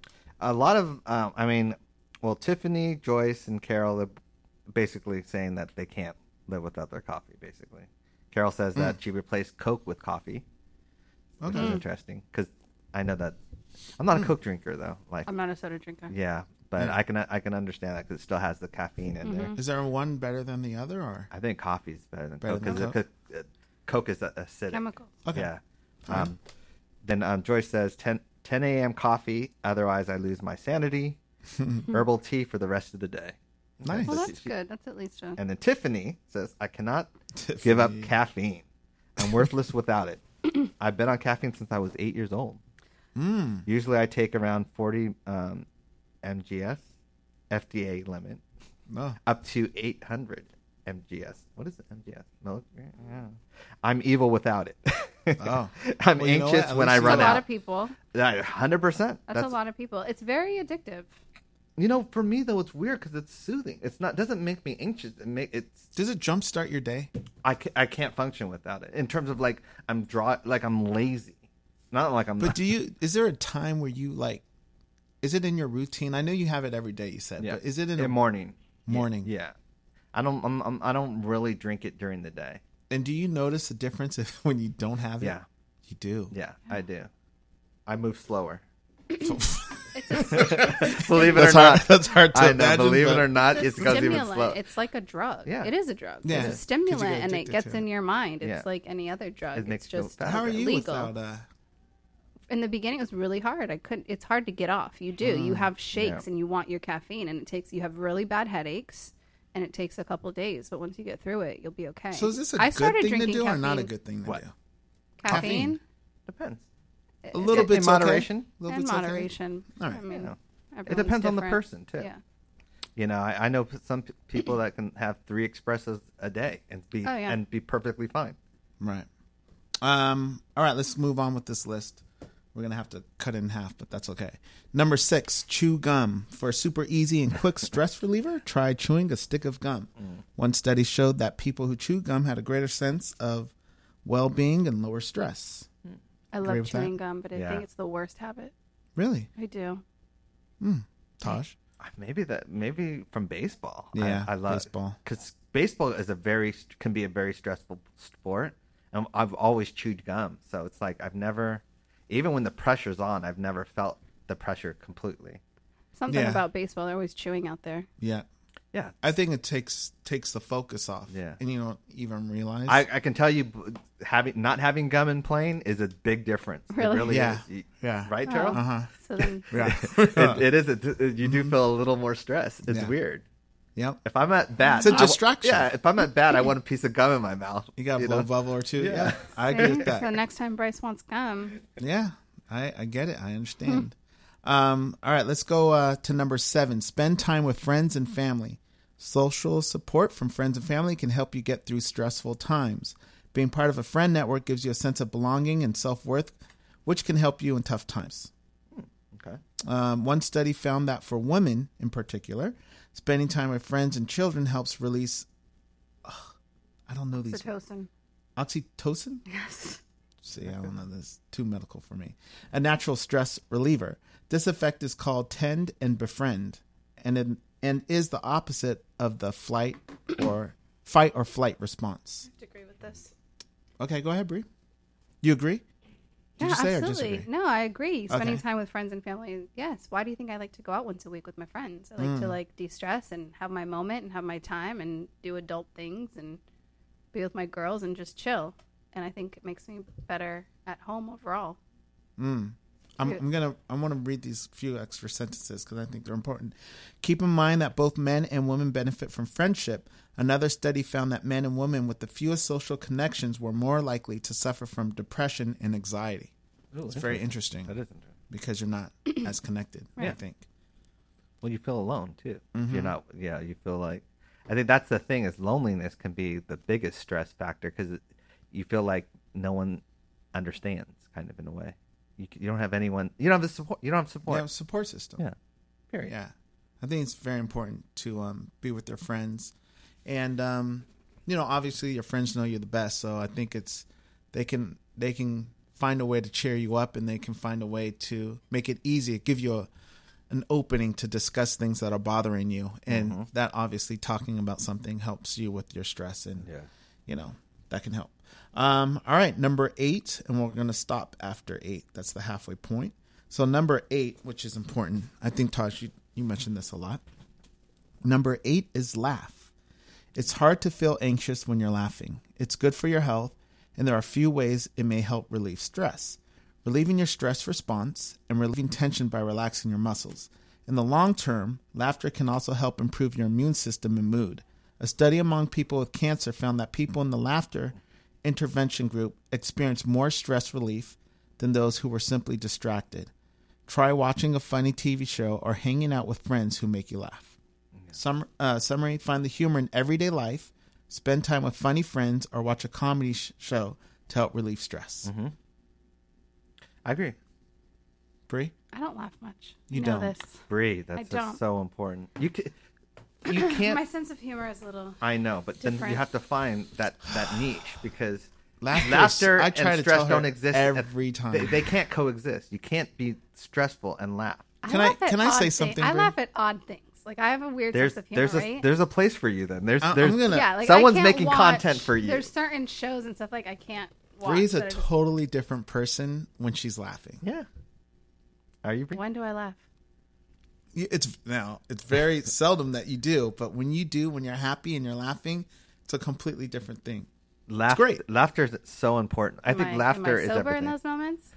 [SPEAKER 4] a lot of um, i mean well tiffany joyce and carol are basically saying that they can't live without their coffee basically carol says
[SPEAKER 3] Mm.
[SPEAKER 4] that she replaced coke with coffee which is interesting because i know that i'm
[SPEAKER 3] Mm.
[SPEAKER 4] not a coke drinker though like
[SPEAKER 5] I'm not a soda drinker.
[SPEAKER 4] yeah but i can i can understand that because it still has the caffeine in there
[SPEAKER 3] Is there one better than the other, or
[SPEAKER 4] i think coffee's better than
[SPEAKER 3] Mm-hmm. Better than
[SPEAKER 4] coke because coke. uh, coke is a- acidic
[SPEAKER 5] Chemicals.
[SPEAKER 3] Okay.
[SPEAKER 4] yeah um, then um, joyce says 10 10 a.m coffee otherwise i lose
[SPEAKER 3] (laughs)
[SPEAKER 4] my sanity herbal tea for the rest of the day
[SPEAKER 3] nice?
[SPEAKER 5] Well,
[SPEAKER 4] Let's
[SPEAKER 5] that's
[SPEAKER 4] see.
[SPEAKER 5] good. That's at least a.
[SPEAKER 4] And then Tiffany says, I cannot give up
[SPEAKER 3] Tiffany.
[SPEAKER 4] caffeine. I'm worthless without it. (clears throat) I've been on caffeine since I was eight years old.
[SPEAKER 3] Hmm.
[SPEAKER 4] Usually I take around 40 um, MGS, FDA limit,
[SPEAKER 3] No.
[SPEAKER 4] up to 800 MGS. What is MGS? Milligram? Yeah. I'm evil without it.
[SPEAKER 3] Oh.
[SPEAKER 4] (laughs) I'm
[SPEAKER 3] Well, you know
[SPEAKER 4] anxious
[SPEAKER 3] what? At
[SPEAKER 4] when
[SPEAKER 3] least
[SPEAKER 4] I
[SPEAKER 3] you
[SPEAKER 5] That's
[SPEAKER 4] run
[SPEAKER 5] a lot
[SPEAKER 4] out.
[SPEAKER 5] of people.
[SPEAKER 4] Yeah, 100%. That's,
[SPEAKER 5] That's, a lot of people. It's very addictive.
[SPEAKER 4] You know, for me though, it's weird because it's soothing. It's not doesn't make me anxious. It make it's
[SPEAKER 3] Does it jumpstart your day?
[SPEAKER 4] I, ca- I can't function without it in terms of like I'm draw like I'm lazy, not like I'm.
[SPEAKER 3] But do you? Is there a time where you like? Is it in your routine? I know you have it every day. You said,
[SPEAKER 4] (laughs) yeah.
[SPEAKER 3] but is it in,
[SPEAKER 4] the
[SPEAKER 3] a
[SPEAKER 4] morning?
[SPEAKER 3] morning?
[SPEAKER 4] Yeah, I don't I'm, I'm, I don't really drink it during the day.
[SPEAKER 3] And do you notice a difference if, when you don't have it?
[SPEAKER 4] Yeah.
[SPEAKER 3] you do.
[SPEAKER 4] Yeah, I
[SPEAKER 3] Oh.
[SPEAKER 4] do. I move slower.
[SPEAKER 3] (laughs)
[SPEAKER 5] It's a
[SPEAKER 4] believe it
[SPEAKER 3] That's
[SPEAKER 4] or
[SPEAKER 3] hard-
[SPEAKER 4] not,
[SPEAKER 3] that's hard to
[SPEAKER 4] I know,
[SPEAKER 3] imagine,
[SPEAKER 4] Believe
[SPEAKER 3] but-
[SPEAKER 4] it or not,
[SPEAKER 5] it's
[SPEAKER 4] it's
[SPEAKER 5] a
[SPEAKER 4] because even
[SPEAKER 5] stimulant.
[SPEAKER 4] slow.
[SPEAKER 5] It's like a drug.
[SPEAKER 4] Yeah.
[SPEAKER 5] It is a drug.
[SPEAKER 3] Yeah.
[SPEAKER 5] It's
[SPEAKER 3] Because
[SPEAKER 5] a
[SPEAKER 3] you get
[SPEAKER 5] stimulant and it
[SPEAKER 3] addicted
[SPEAKER 5] gets
[SPEAKER 3] to
[SPEAKER 5] in
[SPEAKER 3] it.
[SPEAKER 5] your mind. It's
[SPEAKER 4] Yeah.
[SPEAKER 5] like any other drug.
[SPEAKER 4] It makes
[SPEAKER 5] it's just
[SPEAKER 4] you feel
[SPEAKER 3] (laughs) How are you
[SPEAKER 5] legal.
[SPEAKER 3] without? Uh,
[SPEAKER 5] in the beginning it was really hard i couldn't it's hard to get off you do you have shakes
[SPEAKER 4] Mm. Yeah.
[SPEAKER 5] and you want your caffeine and it takes you have really bad headaches and it takes a couple days but once you get through it you'll be okay
[SPEAKER 3] so is this a
[SPEAKER 5] I
[SPEAKER 3] good
[SPEAKER 5] started
[SPEAKER 3] thing to
[SPEAKER 5] drinking
[SPEAKER 3] do or not a
[SPEAKER 5] caffeine- Uh,
[SPEAKER 3] good thing to
[SPEAKER 4] What?
[SPEAKER 3] do?
[SPEAKER 5] caffeine,
[SPEAKER 4] depends.
[SPEAKER 3] A little
[SPEAKER 4] In
[SPEAKER 3] bit
[SPEAKER 4] moderation?
[SPEAKER 3] A little
[SPEAKER 5] and
[SPEAKER 3] bit's okay?
[SPEAKER 5] moderation
[SPEAKER 3] All right.
[SPEAKER 5] i mean
[SPEAKER 4] Yeah.
[SPEAKER 5] everyone's
[SPEAKER 4] depends on the
[SPEAKER 5] different.
[SPEAKER 4] person, too.
[SPEAKER 5] yeah
[SPEAKER 4] You know, I, I know some p- people that can have three expressos a day and be
[SPEAKER 5] Oh, yeah.
[SPEAKER 4] and be perfectly fine.
[SPEAKER 3] Right. Um. All right. Let's move on with this list. We're gonna have to cut it in half, but that's okay. Number six, chew gum. For a super easy and quick stress (laughs) reliever, try chewing a stick of gum.
[SPEAKER 4] Mm.
[SPEAKER 3] One study showed that people who chew gum had a greater sense of well-being and lower stress.
[SPEAKER 5] i
[SPEAKER 3] Agree
[SPEAKER 5] love
[SPEAKER 3] with that?
[SPEAKER 5] chewing gum but i
[SPEAKER 4] Yeah.
[SPEAKER 5] think it's the worst habit
[SPEAKER 3] Really,
[SPEAKER 5] i do
[SPEAKER 3] Tosh?
[SPEAKER 4] Maybe that maybe from baseball.
[SPEAKER 3] Yeah,
[SPEAKER 4] I, I love
[SPEAKER 3] baseball.
[SPEAKER 4] because baseball is a very can be a very stressful sport. And I've always chewed gum, so it's like I've never, even when the pressure's on, I've never felt the pressure completely.
[SPEAKER 5] something
[SPEAKER 3] Yeah.
[SPEAKER 5] about baseball they're always chewing out there
[SPEAKER 3] Yeah.
[SPEAKER 4] Yeah,
[SPEAKER 3] I think it takes takes the focus off.
[SPEAKER 4] Yeah.
[SPEAKER 3] And you don't even realize.
[SPEAKER 4] I, I can tell you, b- having not having gum in playing is a big difference.
[SPEAKER 5] Really?
[SPEAKER 4] It really
[SPEAKER 3] Yeah.
[SPEAKER 4] is. You-
[SPEAKER 3] Yeah. (laughs)
[SPEAKER 4] Right, Terrell?
[SPEAKER 3] Uh-huh.
[SPEAKER 4] (laughs)
[SPEAKER 5] so then
[SPEAKER 3] yeah.
[SPEAKER 4] It, it is. A, uh, you do feel a little more stress. It's
[SPEAKER 3] Mm-hmm. Yeah.
[SPEAKER 4] weird.
[SPEAKER 3] yep.
[SPEAKER 4] If I'm at bat,
[SPEAKER 3] It's a
[SPEAKER 4] I wa-
[SPEAKER 3] distraction.
[SPEAKER 4] yeah, if I'm at bat, I want a piece of gum in my mouth.
[SPEAKER 3] You got to blow
[SPEAKER 4] know?
[SPEAKER 3] a bubble or two. Yeah.
[SPEAKER 4] Yeah.
[SPEAKER 3] I agree
[SPEAKER 5] (laughs) Okay,
[SPEAKER 3] with that.
[SPEAKER 5] so next time bryce wants gum
[SPEAKER 3] Yeah, I, I get it. I understand. um, all right, let's go uh, to number seven. Spend time with friends and family. Social support from friends and family can help you get through stressful times. Being part of a friend network gives you a sense of belonging and self worth, which can help you in tough times.
[SPEAKER 4] Okay.
[SPEAKER 3] Um, one study found that for women in particular, spending time with friends and children helps release. Ugh, I don't know these
[SPEAKER 5] Pitocin.
[SPEAKER 3] oxytocin. See, I don't know. This is too medical for me. A natural stress reliever. This effect is called tend and befriend, and it, and is the opposite of the flight or fight or flight response.
[SPEAKER 5] agree with this
[SPEAKER 3] Okay, go ahead, Bree. You agree? Did
[SPEAKER 5] yeah,
[SPEAKER 3] you say or
[SPEAKER 5] absolutely.
[SPEAKER 3] disagree?
[SPEAKER 5] No, I agree. Spending
[SPEAKER 3] Okay.
[SPEAKER 5] time with friends and family. is- Yes. Why do you think I like to go out once a week with my friends? I
[SPEAKER 3] Mm.
[SPEAKER 5] like to like de-stress and have my moment and have my time and do adult things and be with my girls and just chill. And I think it makes me better at home overall.
[SPEAKER 3] I'm, I'm gonna I want to read these few extra sentences because I think they're important. Keep in mind that both men and women benefit from friendship. Another study found that men and women with the fewest social connections were more likely to suffer from depression and anxiety. it's very interesting
[SPEAKER 4] That is interesting.
[SPEAKER 3] because you're not as connected. I think.
[SPEAKER 4] Well, you feel alone too.
[SPEAKER 3] Mm-hmm.
[SPEAKER 4] You're not. Yeah, you feel like. I think that's the thing is loneliness can be the biggest stress factor because you feel like no one understands, kind of in a way. You, c- you don't have anyone. You don't have the support. You don't have
[SPEAKER 3] You
[SPEAKER 4] support.
[SPEAKER 3] have a support system.
[SPEAKER 4] yeah. Period.
[SPEAKER 3] Yeah. I think it's very important to um, be with your friends. And um, you know, obviously your friends know you're the best, so I think it's they can they can find a way to cheer you up, and they can find a way to make it easy, give you a, an opening to discuss things that are bothering you, and that obviously talking about something helps you with your stress, and
[SPEAKER 4] Yeah.
[SPEAKER 3] you know that can help. Um, all right, number eight, and we're gonna stop after eight. That's the halfway point. So number eight, which is important, I think Taj, you, you mentioned this a lot. Number eight is laugh. It's hard to feel anxious when you're laughing. It's good for your health, and there are a few ways it may help relieve stress. Relieving your stress response and relieving tension by relaxing your muscles. In the long term, laughter can also help improve your immune system and mood. A study among people with cancer found that people in the laughter intervention group experienced more stress relief than those who were simply distracted. Try watching a funny TV show or hanging out with friends who make you laugh. Sum, uh, summary Find the humor in everyday life, spend time with funny friends, or watch a comedy sh- show to help relieve stress.
[SPEAKER 4] Mm-hmm. I agree.
[SPEAKER 3] Bree?
[SPEAKER 5] I don't laugh much.
[SPEAKER 3] You
[SPEAKER 5] know
[SPEAKER 3] don't.
[SPEAKER 5] this.
[SPEAKER 4] Breathe. That's
[SPEAKER 5] don't.
[SPEAKER 4] just so important. You can,
[SPEAKER 5] (coughs)
[SPEAKER 4] you can't.
[SPEAKER 5] My sense of humor is a little.
[SPEAKER 4] I know, but then you
[SPEAKER 5] Different.
[SPEAKER 4] have to find that that niche because
[SPEAKER 3] Laughter
[SPEAKER 4] laughter,
[SPEAKER 3] is- I try
[SPEAKER 4] and
[SPEAKER 3] to
[SPEAKER 4] stress
[SPEAKER 3] tell her
[SPEAKER 4] don't exist at-
[SPEAKER 3] every time.
[SPEAKER 4] They, they can't coexist. You can't be stressful and laugh.
[SPEAKER 3] Can I-
[SPEAKER 5] laugh at
[SPEAKER 3] can I
[SPEAKER 5] odd
[SPEAKER 3] say
[SPEAKER 5] thi-
[SPEAKER 3] something,
[SPEAKER 5] I
[SPEAKER 3] Bri?
[SPEAKER 5] laugh at odd things. Like I have a weird
[SPEAKER 4] There's
[SPEAKER 5] sense of humor,
[SPEAKER 4] there's a
[SPEAKER 5] right?
[SPEAKER 4] there's a place for you. Then there's
[SPEAKER 3] I- Uh, I'm
[SPEAKER 4] there's
[SPEAKER 3] gonna-
[SPEAKER 5] yeah, like
[SPEAKER 4] someone's
[SPEAKER 5] I can't
[SPEAKER 4] making
[SPEAKER 5] watch-
[SPEAKER 4] content for you.
[SPEAKER 5] There's certain shows and stuff like I can't. watch
[SPEAKER 3] Bree's a
[SPEAKER 5] that are just-
[SPEAKER 3] totally different person when she's laughing.
[SPEAKER 4] yeah. Are you?
[SPEAKER 5] When do I laugh?
[SPEAKER 3] You- It's now it's very (laughs) seldom that you do, but when you do, when you're happy and you're laughing, it's a completely different thing.
[SPEAKER 4] Laugh,
[SPEAKER 3] great.
[SPEAKER 4] Laughter is so important. I
[SPEAKER 5] Am
[SPEAKER 4] think
[SPEAKER 5] am
[SPEAKER 4] laughter
[SPEAKER 5] I
[SPEAKER 4] is
[SPEAKER 5] sober
[SPEAKER 4] everything.
[SPEAKER 5] in those moments.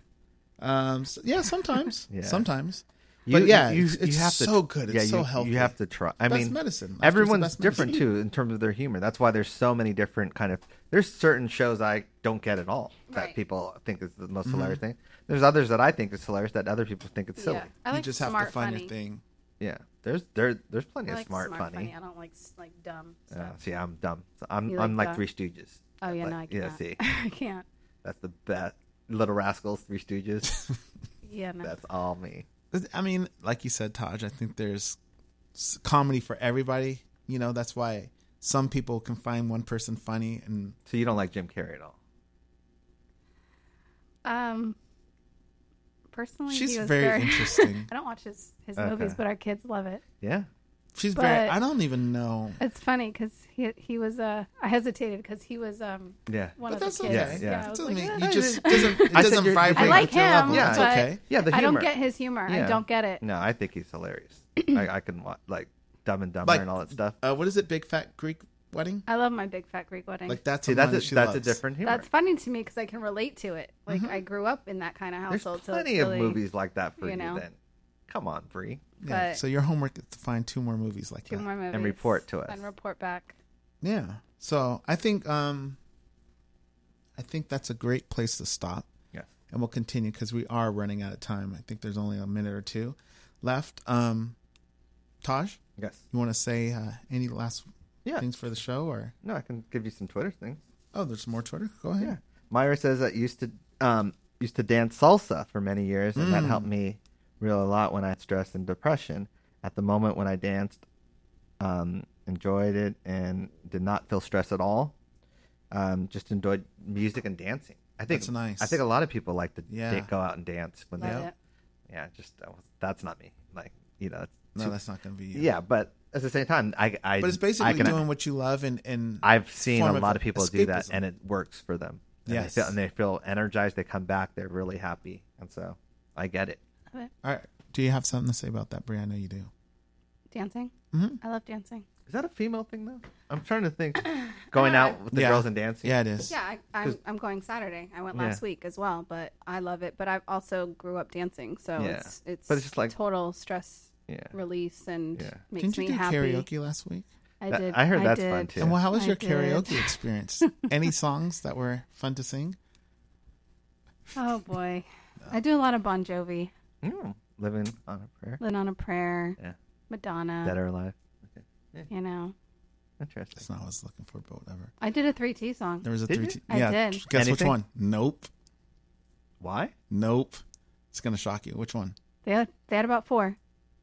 [SPEAKER 3] Um, so- yeah, sometimes,
[SPEAKER 4] (laughs) Yeah.
[SPEAKER 3] sometimes,
[SPEAKER 4] You-
[SPEAKER 3] but yeah,
[SPEAKER 4] you-
[SPEAKER 3] it's,
[SPEAKER 4] you
[SPEAKER 3] it's
[SPEAKER 4] have to-
[SPEAKER 3] so good. It's
[SPEAKER 4] yeah,
[SPEAKER 3] so
[SPEAKER 4] you,
[SPEAKER 3] healthy.
[SPEAKER 4] You have to try. I
[SPEAKER 3] Best
[SPEAKER 4] mean,
[SPEAKER 3] medicine. Laughter's the
[SPEAKER 4] Everyone's
[SPEAKER 3] best
[SPEAKER 4] different
[SPEAKER 3] medicine.
[SPEAKER 4] too in terms of their humor. That's why there's so many different kind of. There's certain shows I don't get at all that
[SPEAKER 5] Right.
[SPEAKER 4] people think is the most hilarious
[SPEAKER 3] Mm-hmm.
[SPEAKER 4] thing. There's others that I think is hilarious that other people think it's silly.
[SPEAKER 5] Yeah, I
[SPEAKER 3] you
[SPEAKER 5] like
[SPEAKER 3] just have
[SPEAKER 5] smart
[SPEAKER 3] to find
[SPEAKER 5] funny.
[SPEAKER 3] your thing.
[SPEAKER 4] Yeah, there's there there's plenty
[SPEAKER 5] I
[SPEAKER 4] of
[SPEAKER 5] like
[SPEAKER 4] smart, funny.
[SPEAKER 5] I don't like s- like dumb.
[SPEAKER 4] Yeah,
[SPEAKER 5] Stuff.
[SPEAKER 4] see, I'm dumb. So I'm
[SPEAKER 5] You
[SPEAKER 4] I'm
[SPEAKER 5] like
[SPEAKER 4] like
[SPEAKER 5] the-
[SPEAKER 4] Three Stooges.
[SPEAKER 5] oh yeah,
[SPEAKER 4] Like,
[SPEAKER 5] no, I
[SPEAKER 4] yeah.
[SPEAKER 5] can't. (laughs)
[SPEAKER 4] See,
[SPEAKER 5] I can't.
[SPEAKER 4] that's the best. Little Rascals, Three Stooges.
[SPEAKER 5] Yeah, no.
[SPEAKER 4] that's all me.
[SPEAKER 3] I mean, like you said, Taj, I think there's s- comedy for everybody. You know, that's why some people can find one person funny, and
[SPEAKER 4] So you don't like Jim Carrey at all.
[SPEAKER 5] Um, personally,
[SPEAKER 3] she's
[SPEAKER 5] he was
[SPEAKER 3] very, interesting.
[SPEAKER 5] (laughs)
[SPEAKER 3] (laughs)
[SPEAKER 5] I don't watch his his
[SPEAKER 4] Okay.
[SPEAKER 5] movies, but our kids love it.
[SPEAKER 4] Yeah.
[SPEAKER 3] She's very.
[SPEAKER 5] But-
[SPEAKER 3] I don't even know.
[SPEAKER 5] It's funny because he he was uh I hesitated because he was um
[SPEAKER 4] Yeah.
[SPEAKER 5] one
[SPEAKER 3] But
[SPEAKER 5] of the
[SPEAKER 3] that's
[SPEAKER 5] kids.
[SPEAKER 3] okay.
[SPEAKER 4] Yeah, yeah.
[SPEAKER 5] I
[SPEAKER 3] It
[SPEAKER 5] was
[SPEAKER 3] doesn't
[SPEAKER 5] like,
[SPEAKER 3] mean
[SPEAKER 5] "Eh."
[SPEAKER 3] you
[SPEAKER 5] (laughs)
[SPEAKER 3] just doesn't. It
[SPEAKER 4] I said
[SPEAKER 3] doesn't
[SPEAKER 4] you're-
[SPEAKER 3] vibrate.
[SPEAKER 5] I
[SPEAKER 4] I
[SPEAKER 5] like
[SPEAKER 3] with your
[SPEAKER 5] him.
[SPEAKER 3] level.
[SPEAKER 4] Yeah,
[SPEAKER 3] It's
[SPEAKER 5] but
[SPEAKER 3] okay.
[SPEAKER 4] Yeah, the
[SPEAKER 5] I don't
[SPEAKER 4] humor.
[SPEAKER 5] get his humor.
[SPEAKER 4] Yeah.
[SPEAKER 5] I don't get it.
[SPEAKER 4] No, I think he's
[SPEAKER 5] (clears throat)
[SPEAKER 4] hilarious. I, I can watch like Dumb and Dumber
[SPEAKER 3] Like-
[SPEAKER 4] and all that stuff.
[SPEAKER 3] Uh, what is it? Big fat Greek wedding?
[SPEAKER 5] I love my big fat Greek wedding.
[SPEAKER 3] Like that's
[SPEAKER 4] See,
[SPEAKER 3] a
[SPEAKER 4] that's
[SPEAKER 3] one
[SPEAKER 4] a,
[SPEAKER 3] she
[SPEAKER 4] that's a
[SPEAKER 3] loves.
[SPEAKER 4] different humor. Mm-hmm.
[SPEAKER 5] That's funny to me because I can relate to it. Like I grew up in that kind of
[SPEAKER 4] There's
[SPEAKER 5] household.
[SPEAKER 4] plenty
[SPEAKER 5] so
[SPEAKER 4] of
[SPEAKER 5] it's really,
[SPEAKER 4] movies like that for
[SPEAKER 5] you
[SPEAKER 4] you.
[SPEAKER 5] know.
[SPEAKER 4] Then, come on, Bree,
[SPEAKER 3] Yeah.
[SPEAKER 5] but-
[SPEAKER 3] So your homework is to find two more movies like
[SPEAKER 5] Two
[SPEAKER 3] that.
[SPEAKER 5] more movies
[SPEAKER 4] report to us.
[SPEAKER 5] and report back.
[SPEAKER 3] Yeah. So I think um, I think that's a great place to stop.
[SPEAKER 4] Yeah.
[SPEAKER 3] and we'll continue because we are running out of time. I think there's only a minute or two left. Um, Taj,
[SPEAKER 4] Yes.
[SPEAKER 3] you want to say uh, any last
[SPEAKER 4] Yeah.
[SPEAKER 3] things for the show, or
[SPEAKER 4] No, I can give you some Twitter things.
[SPEAKER 3] oh, there's more Twitter. Go ahead.
[SPEAKER 4] Yeah. Myra says that used to um used to dance salsa for many years, and that
[SPEAKER 3] Mm.
[SPEAKER 4] helped me real a lot when I had stress and depression. At the moment when I danced, um, enjoyed it and did not feel stress at all. Um, just enjoyed music and dancing. I think
[SPEAKER 3] That's nice.
[SPEAKER 4] I think a lot of people like to
[SPEAKER 3] Yeah.
[SPEAKER 4] da- go out and dance when
[SPEAKER 5] Love
[SPEAKER 4] they.
[SPEAKER 5] it.
[SPEAKER 4] Yeah, just I was- that's not me. Like you know, it's
[SPEAKER 3] No,
[SPEAKER 4] too-
[SPEAKER 3] that's not going to be. uh, You.
[SPEAKER 4] yeah, but at the same time, I, I
[SPEAKER 3] but it's
[SPEAKER 4] I
[SPEAKER 3] basically
[SPEAKER 4] can,
[SPEAKER 3] doing what you love, and and
[SPEAKER 4] I've seen a
[SPEAKER 3] form of
[SPEAKER 4] lot of people do that,
[SPEAKER 3] escapism.
[SPEAKER 4] and it works for them. And
[SPEAKER 3] Yes.
[SPEAKER 4] they feel, and they feel energized. They come back. They're really happy, and so I get it.
[SPEAKER 3] All right. Do you have something to say about that, Bri? I know you do.
[SPEAKER 5] Dancing.
[SPEAKER 4] Mm-hmm.
[SPEAKER 5] I love dancing.
[SPEAKER 4] Is that a female thing though? I'm trying to think. Going out with the
[SPEAKER 3] yeah.
[SPEAKER 4] girls and dancing.
[SPEAKER 3] Yeah, it is.
[SPEAKER 5] Yeah, I, I'm, I'm going Saturday. I went last
[SPEAKER 4] Yeah.
[SPEAKER 5] week as well, but I love it. But I also grew up dancing, so
[SPEAKER 4] Yeah.
[SPEAKER 5] it's it's
[SPEAKER 4] But it's just like-
[SPEAKER 5] total stress
[SPEAKER 4] Yeah.
[SPEAKER 5] release and
[SPEAKER 4] Yeah.
[SPEAKER 5] makes
[SPEAKER 3] Didn't you
[SPEAKER 5] me
[SPEAKER 3] do
[SPEAKER 5] happy.
[SPEAKER 3] karaoke last week?
[SPEAKER 5] I
[SPEAKER 4] That-
[SPEAKER 5] did.
[SPEAKER 4] I heard that's
[SPEAKER 5] did.
[SPEAKER 4] fun, too.
[SPEAKER 3] And well, how was
[SPEAKER 5] I
[SPEAKER 3] your
[SPEAKER 5] did.
[SPEAKER 3] karaoke
[SPEAKER 5] (laughs)
[SPEAKER 3] experience? Any songs that were fun to sing?
[SPEAKER 5] Oh
[SPEAKER 4] (laughs)
[SPEAKER 5] boy, I do a lot of Bon Jovi,
[SPEAKER 4] Mm, living on a prayer.
[SPEAKER 5] Lin on a Prayer,
[SPEAKER 4] Yeah.
[SPEAKER 5] Madonna.
[SPEAKER 4] Dead or alive.
[SPEAKER 5] You know,
[SPEAKER 3] That's
[SPEAKER 4] Interesting.
[SPEAKER 3] not what I was looking for, but whatever.
[SPEAKER 5] I did a three T song.
[SPEAKER 3] There was a
[SPEAKER 4] Did
[SPEAKER 3] three.
[SPEAKER 4] you?
[SPEAKER 3] T-
[SPEAKER 5] I
[SPEAKER 3] yeah.
[SPEAKER 5] did.
[SPEAKER 3] Guess which
[SPEAKER 4] Anything?
[SPEAKER 3] one? Nope.
[SPEAKER 4] Why?
[SPEAKER 3] Nope. It's gonna shock you. Which one?
[SPEAKER 5] They had, they had about four.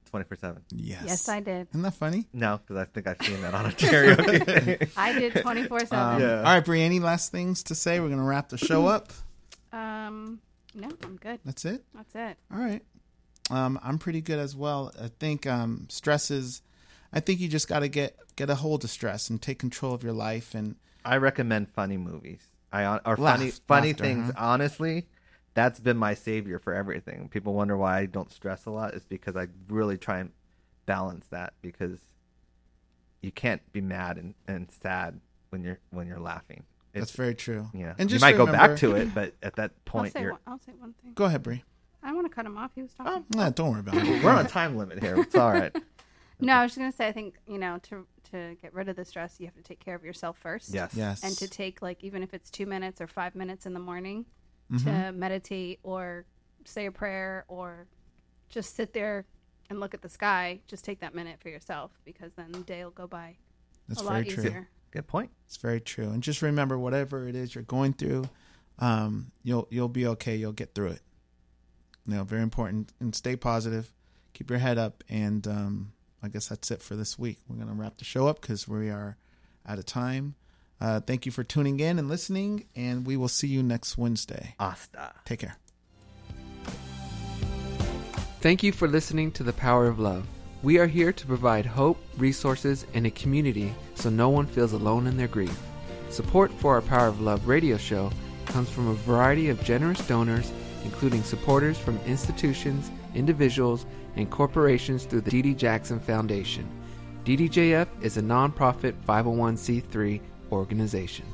[SPEAKER 4] 24 7.
[SPEAKER 3] Yes.
[SPEAKER 5] Yes, I did.
[SPEAKER 3] Isn't that funny?
[SPEAKER 4] No, because I think I've seen that on
[SPEAKER 3] (laughs)
[SPEAKER 4] a karaoke (laughs) thing.
[SPEAKER 5] I did 24
[SPEAKER 3] Um,
[SPEAKER 5] 7.
[SPEAKER 3] All right, Brie, any last things to say? We're going to wrap the show up.
[SPEAKER 5] Um, no, I'm good.
[SPEAKER 3] That's it.
[SPEAKER 5] That's it.
[SPEAKER 3] All right. Um, I'm pretty good as well. I think um, stress is, I think you just got to get get a hold of stress and take control of your life. And
[SPEAKER 4] I recommend funny movies. I hon- or
[SPEAKER 3] Laugh-
[SPEAKER 4] funny funny
[SPEAKER 3] laughter,
[SPEAKER 4] things. Honestly, that's been my savior for everything. People wonder why I don't stress a lot. It's because I really try and balance that because you can't be mad and, and sad when you're when you're laughing.
[SPEAKER 3] that's
[SPEAKER 4] It's
[SPEAKER 3] very true.
[SPEAKER 4] yeah.
[SPEAKER 3] And
[SPEAKER 4] you
[SPEAKER 3] just
[SPEAKER 4] might go
[SPEAKER 3] remember-
[SPEAKER 4] back to it, but at that
[SPEAKER 5] I'll
[SPEAKER 4] point
[SPEAKER 5] say,
[SPEAKER 4] you're
[SPEAKER 5] one, I'll say one thing.
[SPEAKER 3] Go ahead, Brie.
[SPEAKER 5] I want to cut him off. He was talking.
[SPEAKER 3] Oh, nah, don't worry about it.
[SPEAKER 4] we're on a time limit here. It's
[SPEAKER 3] (laughs)
[SPEAKER 4] all right.
[SPEAKER 5] No, I was just gonna say. I think you know to to get rid of the stress, you have to take care of yourself first.
[SPEAKER 4] Yes.
[SPEAKER 3] Yes.
[SPEAKER 5] And to take like even if it's two minutes or five minutes in the morning to
[SPEAKER 3] Mm-hmm.
[SPEAKER 5] meditate or say a prayer or just sit there and look at the sky. Just take that minute for yourself because then the day will go by
[SPEAKER 3] That's
[SPEAKER 5] a
[SPEAKER 3] very
[SPEAKER 5] lot
[SPEAKER 3] true.
[SPEAKER 5] easier.
[SPEAKER 4] Good point.
[SPEAKER 3] It's very true. And just remember, whatever it is you're going through, um, you'll you'll be okay. You'll get through it. You know, very important. And stay positive. Keep your head up. And um, I guess that's it for this week. We're gonna wrap the show up because we are out of time. Uh, thank you for tuning in and listening. And we will see you next Wednesday.
[SPEAKER 4] Asta.
[SPEAKER 3] Take care.
[SPEAKER 7] Thank you for listening to The Power of Love. We are here to provide hope, resources, and a community so no one feels alone in their grief. Support for our Power of Love radio show comes from a variety of generous donors, including supporters from institutions, individuals, and corporations through the D.D. Jackson oh Foundation. DDJF is a nonprofit 501c3 organization.